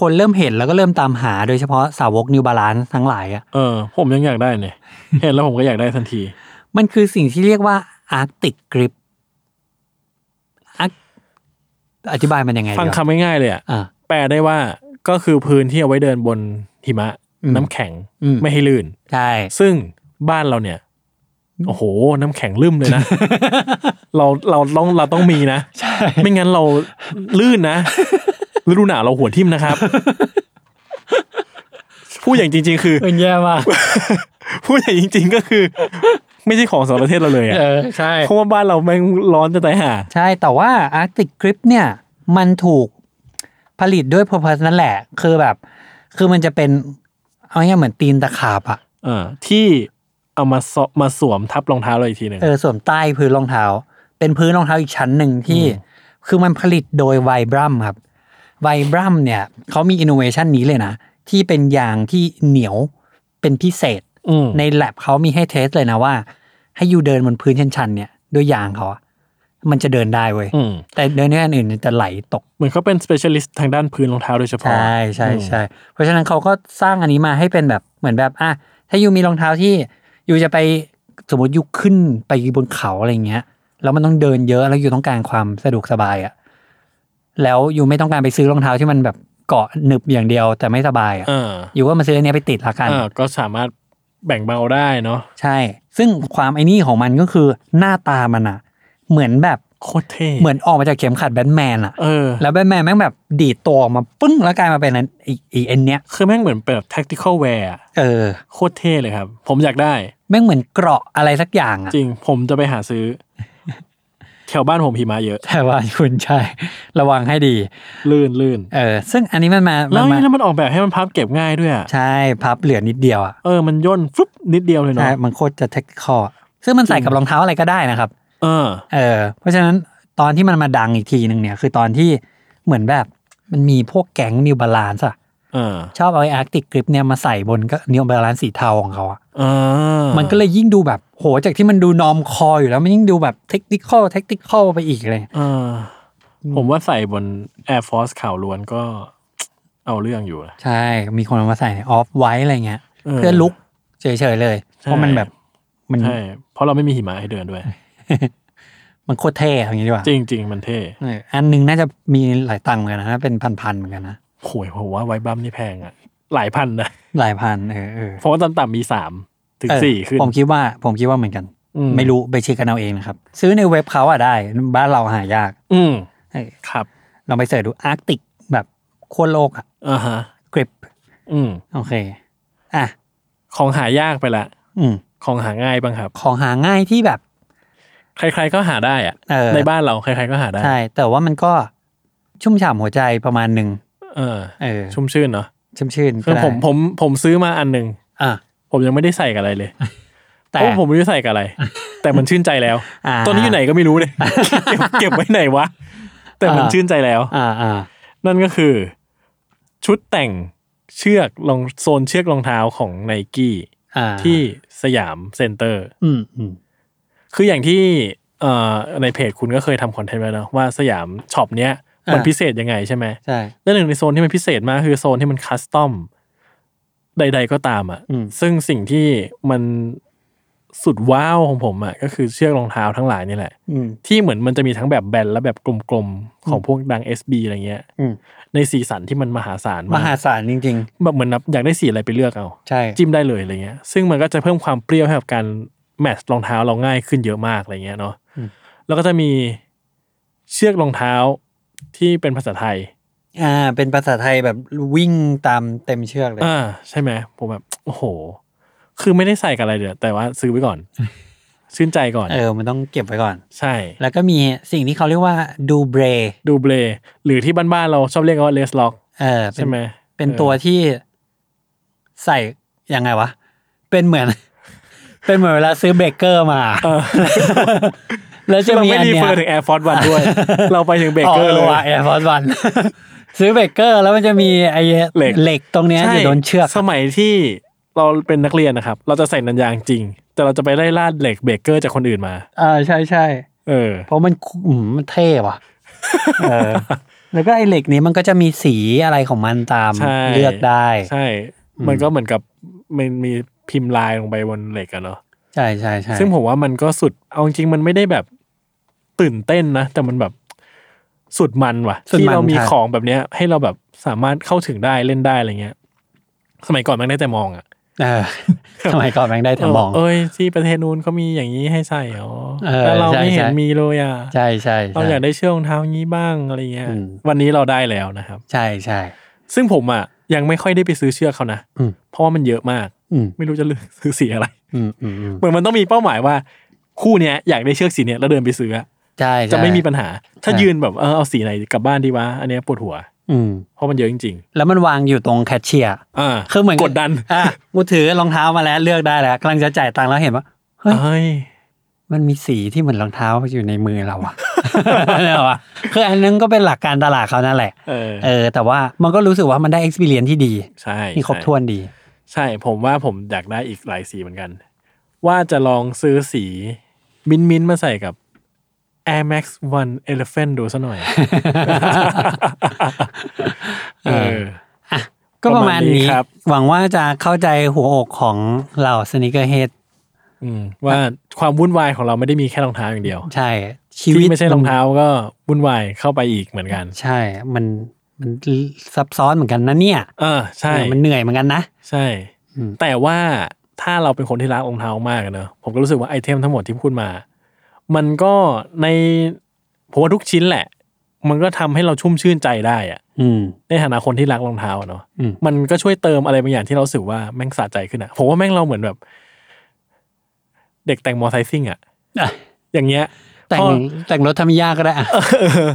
S2: คนเริ่มเห็นแล้วก็เริ่มตามหาโดยเฉพาะสาวกนิวบาลานซ์ทั้งหลายอ่ะ
S3: เออ ผมยังอยากได้เนี่ย เห็นแล้วผมก็อยากได้ทันที
S2: มันคือสิ่งที่เรียกว่าอาร์ i ติกกริปอธิบายมันยังไง
S3: ฟัง
S2: ดีวะ
S3: คำง่ายๆเลยอ่ะ
S2: อ่า
S3: แปลได้ว่าก็คือพื้นที่เอาไว้เดินบนหิมะ
S2: อืม
S3: น้ำแข็ง
S2: อืม
S3: ไม่ให้ลื่น
S2: ใช่
S3: ซึ่งบ้านเราเนี่ย โอ้โห น้ำแข็งลื่มเลยนะ เราเราต้องเราต้องมีนะ
S2: ใช่
S3: ไม่งั้นเราลื่นนะ ฤดูหนาวเราหัวทิ่มนะครับ พูดอย่างจริง ๆ คือ
S2: เป็นแย่มาก
S3: พูดอย่างจริง ๆ ก็คือ ไม่ใช่ของสองประเทศเราเลยอะ
S2: เออใช่
S3: เพราะว่าบ้านเราแม่งร้อนจะตายห่า
S2: ใช่ แต่ว่า Arctic Grip เนี่ย มันถูกผลิตด้วย purpose นั่นแหละ คือแบบ คือมันจะเป็น เอาง่ายๆเหมือนตีนตะขาบอะ
S3: เออที่เอามาสมาสวมทับรองเท้าเราอีกทีหนึ่ง
S2: เออสวมใต้พื้นรองเท้า เป็นพื้นรองเท้าอีกชั้นหนึ่งที่
S3: อืม
S2: คือมันผลิตโดยไวบรัมครับไวบรัมเนี่ย เขามีอินโนเวชันนี้เลยนะ ที่เป็นยางที่เหนียวเป็นพิเศษ
S3: ม
S2: ใน lab เขามีให้เทสเลยนะว่า ให้อยู่เดินบนพื้นชันๆเนี่ยด้วยยางเขาอะมันจะเดินได้เว้ย
S3: อืม
S2: แต่เดินด้วยอันอื่นเนี่ยจะไหลตก
S3: เหมือนเขาเป็น specialist ทางด้านพื้นรองเท้าโดยเฉพาะ
S2: ใช่ใช่
S3: อืม
S2: ใช่เพราะฉะนั้นเขาก็สร้างอันนี้มาให้เป็นแบบเหมือนแบบอ่ะถ้ายูมีรองเท้าที่ยูจะไปสมมติยูขึ้นไปบนเขาอะไรเงี้ยแล้วมันต้องเดินเยอะแล้วยูต้องการความสะดวกสบายอะแล้วยูไม่ต้องการไปซื้อรองเท้าที่มันแบบเกาะหนึบอย่างเดียวแต่ไม่สบายอะ
S3: เออ
S2: ยูก็มาซื้ออันเนี้ยไปติดละกัน
S3: เออก็สามารถแบ่งเบาได้เนาะ
S2: ใช่ ซึ่งความไอ้นี่ของมันก็คือหน้าตามันอะเหมือนแบบ
S3: โคตรเท่
S2: เหมือนออกมาจากเข็มขัดแบทแมนอะ
S3: เออ
S2: แล้วแบทแมนแม่งแบบดีดตัวออกมาปึ้งแล้วกลายมาเป็นอันอีกอีกอันเนี้ย
S3: คือแม่งเหมือนเป็นแบบ tactical wear อะ
S2: เออ
S3: โคตรเท่เลยครับ ผมอยาก ได้
S2: แม่งเหมือนเกราะอะไรสักอย่างอะ
S3: จริงผมจะไปหาซื้อ แถวบ้านผมหิมะเยอะ
S2: แต่ว่าคุณใช่ ระวังให้ดี
S3: ลื่นลื่น
S2: เออ ซึ่งอันนี้มันมา
S3: แล้ว
S2: มา
S3: นี่แล้วมันออกแบบให้มันพับเก็บง่ายด้วยอะ
S2: ใช่พับเหลือนิดเดียวอะ
S3: เออมันย่นฟึบนิดเดียวเลย
S2: ใช่
S3: เนาะ
S2: มันโคตรจะเทคคอซึ่งมันใส่กับรองเท้าอะไรก็ได้นะครับ
S3: เออ
S2: เออ เพราะฉะนั้นตอนที่มันมาดังอีกทีหนึ่งเนี่ย คือตอนที่เหมือนแบบมันมีพวกแก๊งนิวบาลานซ์อะ
S3: เออ
S2: ชอบเอาไอ้อาร์ติกกริปเนี่ยมาใส่บนก็นิวบาลานซ์สีเทาของเขาอะ
S3: เออ
S2: มันก็เลยยิ่งดูแบบโหจากที่มันดูนอมคออยู่แล้วมันยิ่งดูแบบเทคนิคอลเทคนิคอลไปอีกเลย
S3: เอออผมว่าใส่บน Air Force ข่าวล้วนก็ เอาเรื่องอยู่นะ
S2: ใช่ มีคนเอามาใส่ในออฟไว้อะไรเงี้ย
S3: เออ
S2: เพื่อลุกเฉยๆเลย
S3: ใช่
S2: เพราะมันแบบมัน
S3: ใช่เพราะเราไม่มีหิมะให้เดินด้วย
S2: มันโคตรเท่เอาอย่างนี้ดีกว่า
S3: จริงจริง ๆ มันเท่
S2: เอออันหนึงน่าจะมีหลายตังค์เหมือนกันนะ เป็นพันๆเหมือนกันนะ
S3: โหยผมว่าไวบัมนี่แพงอะหลายพันนะ
S2: หลายพันเออเออ
S3: เพราะว่าตอนต่ำมีสามถึง
S2: เออ
S3: สี่ขึ้น
S2: ผมคิดว่าผมคิดว่าเหมือนกัน
S3: อื
S2: ไม่รู้ไปเช็คกันเอาเองนะครับ ซื้อในเว็บเขาอะได้ บ้านเราหายาก
S3: อืม
S2: เออ
S3: ครับ
S2: ลองไปเสิร์ชดูอาร์กติกแบบขั้วโลกอะ
S3: อ่าฮะ
S2: กริป
S3: อืม
S2: โอเค อ่ะ
S3: ของหายากไปละ
S2: อืม
S3: ของหาง่ายบ้างครับ
S2: ของหาง่ายที่แบบ
S3: ใคร ๆ ก็หาได้อะ
S2: เออ
S3: ในบ้านเราใครๆก็หาได้
S2: ใช่ แต่ว่ามันก็ชุ่มฉ่ำหัวใจประมาณหนึ่ง
S3: เออ
S2: เออ
S3: ชุ่มชื่นเนาะ
S2: ชุ่มชื่น
S3: คือ
S2: ก็ได้
S3: ผมผมผมซื้อมาอันหนึ่ง
S2: อ่ะ
S3: ผมยังไม่ได้ใส่กับอะไรเลย
S2: แต่
S3: เพราะผมไม่รู้จะใส่กั บอะไร แต่มันชื่นใจแล้ว
S2: อ่า
S3: ตอนนี้อยู่ไหนก็ไม่รู้เลย เก็บเก็บไว้ไหนวะ แต่มัน
S2: อ่า
S3: ชื่นใจแล้ว
S2: อ่าอ่า
S3: นั่นก็คือ ชุดแต่งเชือกรองโซนเชือกรองเท้าของไนกี้
S2: อ่า
S3: ที่สยามเซ็นเตอร์
S2: อืมอืม
S3: คืออย่างที่เอ่อในเพจคุณก็เคยทำคอนเทนต์ไว้เนอะว่าสยามช็อปเนี้ยมันพิเศษยังไงใช่ไหม
S2: ใช่
S3: และหนึ่งในโซนที่มันพิเศษมากคือโซนที่มันคัสตอมใด ๆก็ตามอ่ะ
S2: อืม
S3: ซึ่งสิ่งที่มันสุดว้าวของผมอ่ะก็คือเชือกรองเท้าทั้งหลายนี่แหละ
S2: อืม
S3: ที่เหมือนมันจะมีทั้งแบบแบนและแบบกลมๆ ของพวกดัง SB อะไรเงี้ย
S2: อืม
S3: ในสีสันที่มันมหาศาล
S2: ม
S3: มาก
S2: หาศาลจริง
S3: แบบเหมือนนับอยากได้สีอะไรไปเลือกเอา
S2: ๆ ใช่
S3: จิ้มได้เลยอะไรเงี้ย ซึ่งมันก็จะเพิ่มความเปรี้ยวให้กับการแมทช์รองเท้าเราง่ายขึ้นเยอะมากอะไรเงี้ยเนาะแล้วก็จะมีเชือกรองเท้าที่เป็นภาษาไทย
S2: อ่า เป็นภาษาไทยแบบวิ่งตามเต็มเชือกเลย
S3: อ่าใช่ไหมผมแบบ โอ้โห คือไม่ได้ใส่กับอะไรเดี๋ยวแต่ว่าซื้อไว้ก่อน ชื่นใจก่อน
S2: เออ มันต้องเก็บไว้ก่อน
S3: ใช่
S2: แล้วก็มีสิ่งที่เขาเรียกว่าดูเบร
S3: ดูเบลหรือที่บ้านๆเราชอบเรียกว่าเลสล็อก
S2: เออเป็น
S3: ใช่ไหม
S2: เป็น
S3: ออ
S2: ตัวที่ใส่ยังไงวะ เป็นเหมือน เป็นเหมือนเวลาซื้อเบรกเกอร์มา
S3: เออ
S2: แล้วจะ
S3: เรา
S2: มี
S3: ไม่
S2: อัน
S3: รี
S2: เนี้
S3: เฟอย ร์ถึง Air Force One ด้วย เราไปถึงเบเกอร์เลย
S2: แอร์ฟอร์สวัน ซื้อเบรกเกอร์แล้วมันจะมีไอ้
S3: เหล็ก
S2: เหล็กตรงเนี้ยอยู่โดนเชือก
S3: สมัยที่เราเป็นนักเรียนนะครับ เราจะใส่นันยางจริง แต่เราจะไปไล่ล่าเหล็กเบรกเกอร์จากคนอื่นมา
S2: อ่าใช่ใช่
S3: เออ
S2: เพราะมันคุ้อืมมันเท่ ว่ะเออ แล้วก็ไอ้เหล็กนี้มันก็จะมีสีอะไรของมันตาม
S3: ใช่
S2: เลือกได้
S3: ใช่ มันก็เหมือนกับมันมีพิมพ์ลายลงไปบนเหล็กอะเนาะ
S2: ใช่ใช่ใช่
S3: ซึ่งผมว่ามันก็สุดเอาจริงๆมันไม่ได้แบบตื่นเต้นนะ แต่มันแบบสุดมันว่ะ ที่เรามีของแบบเนี้ย ให้เราแบบสามารถเข้าถึงได้เล่นได้อะไรเงี้ย สมัยก่อนมันได้แต่มองอะ
S2: เออ สมัยก่อนแม่งได้แต่มอง
S3: เเอ้ยที่ประเทศนู้นเขามีอย่างนี้ให้ใส่เหรอ
S2: เออ
S3: แต่เรา
S2: ใช่
S3: ไม่เห็น
S2: ใช่
S3: มีเลยอ่ะ
S2: ใช่ใช่
S3: เรา
S2: ใช่
S3: อยากได้เชือกรองเท้างี้บ้างอะไรเงี้ย
S2: อืม
S3: วันนี้เราได้แล้วนะครับ
S2: ใช่ใช่
S3: ซึ่งผมอ่ะยังไม่ค่อยได้ไปซื้อเชือกเขานะ
S2: อืม
S3: เพราะว่ามันเยอะมาก
S2: อืม
S3: ไม่รู้จะเลือกซื้อสีอะไร
S2: อืมอืมอืม
S3: เหมือนมันต้องมีเป้าหมายว่า คู่เนี้ยอยากได้เชือกสีเนี้ยแล้วเดินไปซื้ออะ
S2: ใช่ใช่
S3: จะไม่มีปัญหา ถ้า
S2: ใช่
S3: ยืนแบบเออเอาสีไหนกลับบ้านดีวะอันเนี้ยปวดหัว
S2: อืม
S3: เพราะมันเยอะจริง
S2: แล้วมันวางอยู่ตรงแคชเชียร์
S3: ๆอ่า
S2: คือเหมือน
S3: กดดัน
S2: อ่ะมือถือรองเท้ามาแล้วเลือกได้แล้วกำลังจะจ่ายตังค์แล้วเห็นว่าเฮ้ย
S3: เอ้ย
S2: มันมีสีที่เหมือนรองเท้าอยู่ในมือเราอะ เนี่ยหรอวะคืออันนั้นก็เป็นหลักการตลาดเขานั่นแหละ
S3: เออ
S2: เออ แต่ว่ามันก็รู้สึกว่ามันได้ experience ที่ดี
S3: ใช่
S2: มีครบ
S3: ใช่
S2: ถ้วนดี
S3: ใช่ผมว่าผมอยากได้อีกหลายสีเหมือนกัน ว่าจะลองซื้อสีมินท์มินท์มาใส่กับ Air Max 1 Elephant ดูซะหน่อย เออ
S2: ก็ประมาณ
S3: ประมาณนี้
S2: นี้
S3: ครับ
S2: หวังว่าจะเข้าใจหัวอกของเราสนิเกอร์เฮด
S3: อืมว่าความวุ่นวายของเราไม่ได้มีแค่รองเท้าอย่างเดียว
S2: ใช่ ชีวิต
S3: ที่ไม่ใช่รองเท้าก็วุ่นวายเข้าไปอีกเหมือนกัน
S2: ใช่ มันมันซับซ้อนเหมือนกันนะเนี่ย
S3: เออ ใช่
S2: เออมันเหนื่อยเหมือนกันนะ
S3: ใช่
S2: อืม
S3: แต่ว่าถ้าเราเป็นคนที่รักรองเท้ามากอะเนอะผมก็รู้สึกว่าไอเทมทั้งหมดที่พูดมา มันก็ในผมว่าทุกชิ้นแหละ มันก็ทำให้เราชุ่มชื่นใจได้อะ
S2: อืม
S3: ในฐานะคนที่รักรองเท้าอะเนอะ
S2: อืม
S3: มันก็ช่วยเติมอะไรบางอย่างที่เรารู้สึกว่าแม่งสะใจขึ้นอะผมว่าแม่งเราเหมือนแบบ เด็กแต่งมอไซค์ซิ่งอะ
S2: อ่ะ
S3: อย่างเงี้ย
S2: แต่ง
S3: พอ
S2: แต่งรถทำยากก็ได้อ่ะ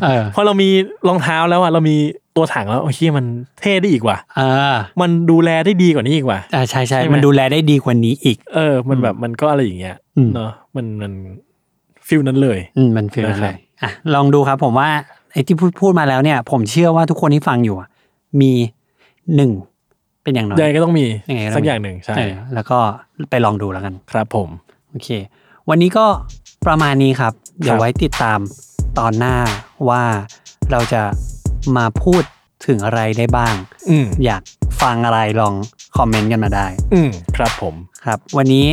S2: เออ
S3: พอเรามีรองเท้าแล้วอะเรามีตัวถังแล้วโอ้ยมันเท่ได้อีกว่ะ
S2: เออ
S3: มันดูแลได้ดีกว่านี้อีกว่ะ
S2: อ่าใช่ใช่
S3: ใช่ไหม
S2: มันดูแลได้ดีกว่านี้อีก
S3: เออ มันแบบมันก็อะไรอย่างเงี้ย
S2: อืม
S3: เนาะมันมันฟิลนั้นเลย
S2: อืมมันฟีลนั้น
S3: นะครั
S2: เล
S3: บ
S2: ยอ่ะลองดูครับผมว่าไอ้ที่พูดพูดมาแล้วเนี่ย ผมเชื่อว่าทุกคนที่ฟังอยู่อะมีหนึ่งเป็นอย่างน้อย
S3: ยังไงก็ต้องมี
S2: ยังไงก็ต้องมี
S3: สักอย่างหนึ่งใช่
S2: เออแล้วก็ไปลองดูแล้วกัน
S3: ครับผม
S2: โอเค วันนี้ก็ประมาณนี้ครับ เดี๋ย
S3: คว รับ
S2: ไว้ติดตามตอนหน้าว่าเราจะมาพูดถึงอะไรได้บ้าง
S3: อืม
S2: อยากฟังอะไรลองคอมเมนต์กันมาได้
S3: อืมครับผม
S2: ครับ วันนี้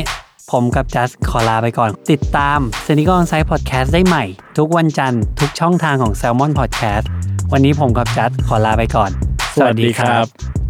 S2: ผมกับจัสขอลาไปก่อน ติดตาม s ซนิกอนไซ d ์พอดแคสต์ได้ใหม่ ทุกวันจันทร์ทุกช่องทางของ s ซ l m o n Podcast วันนี้ผมกับจัสขอลาไปก่อน
S3: บ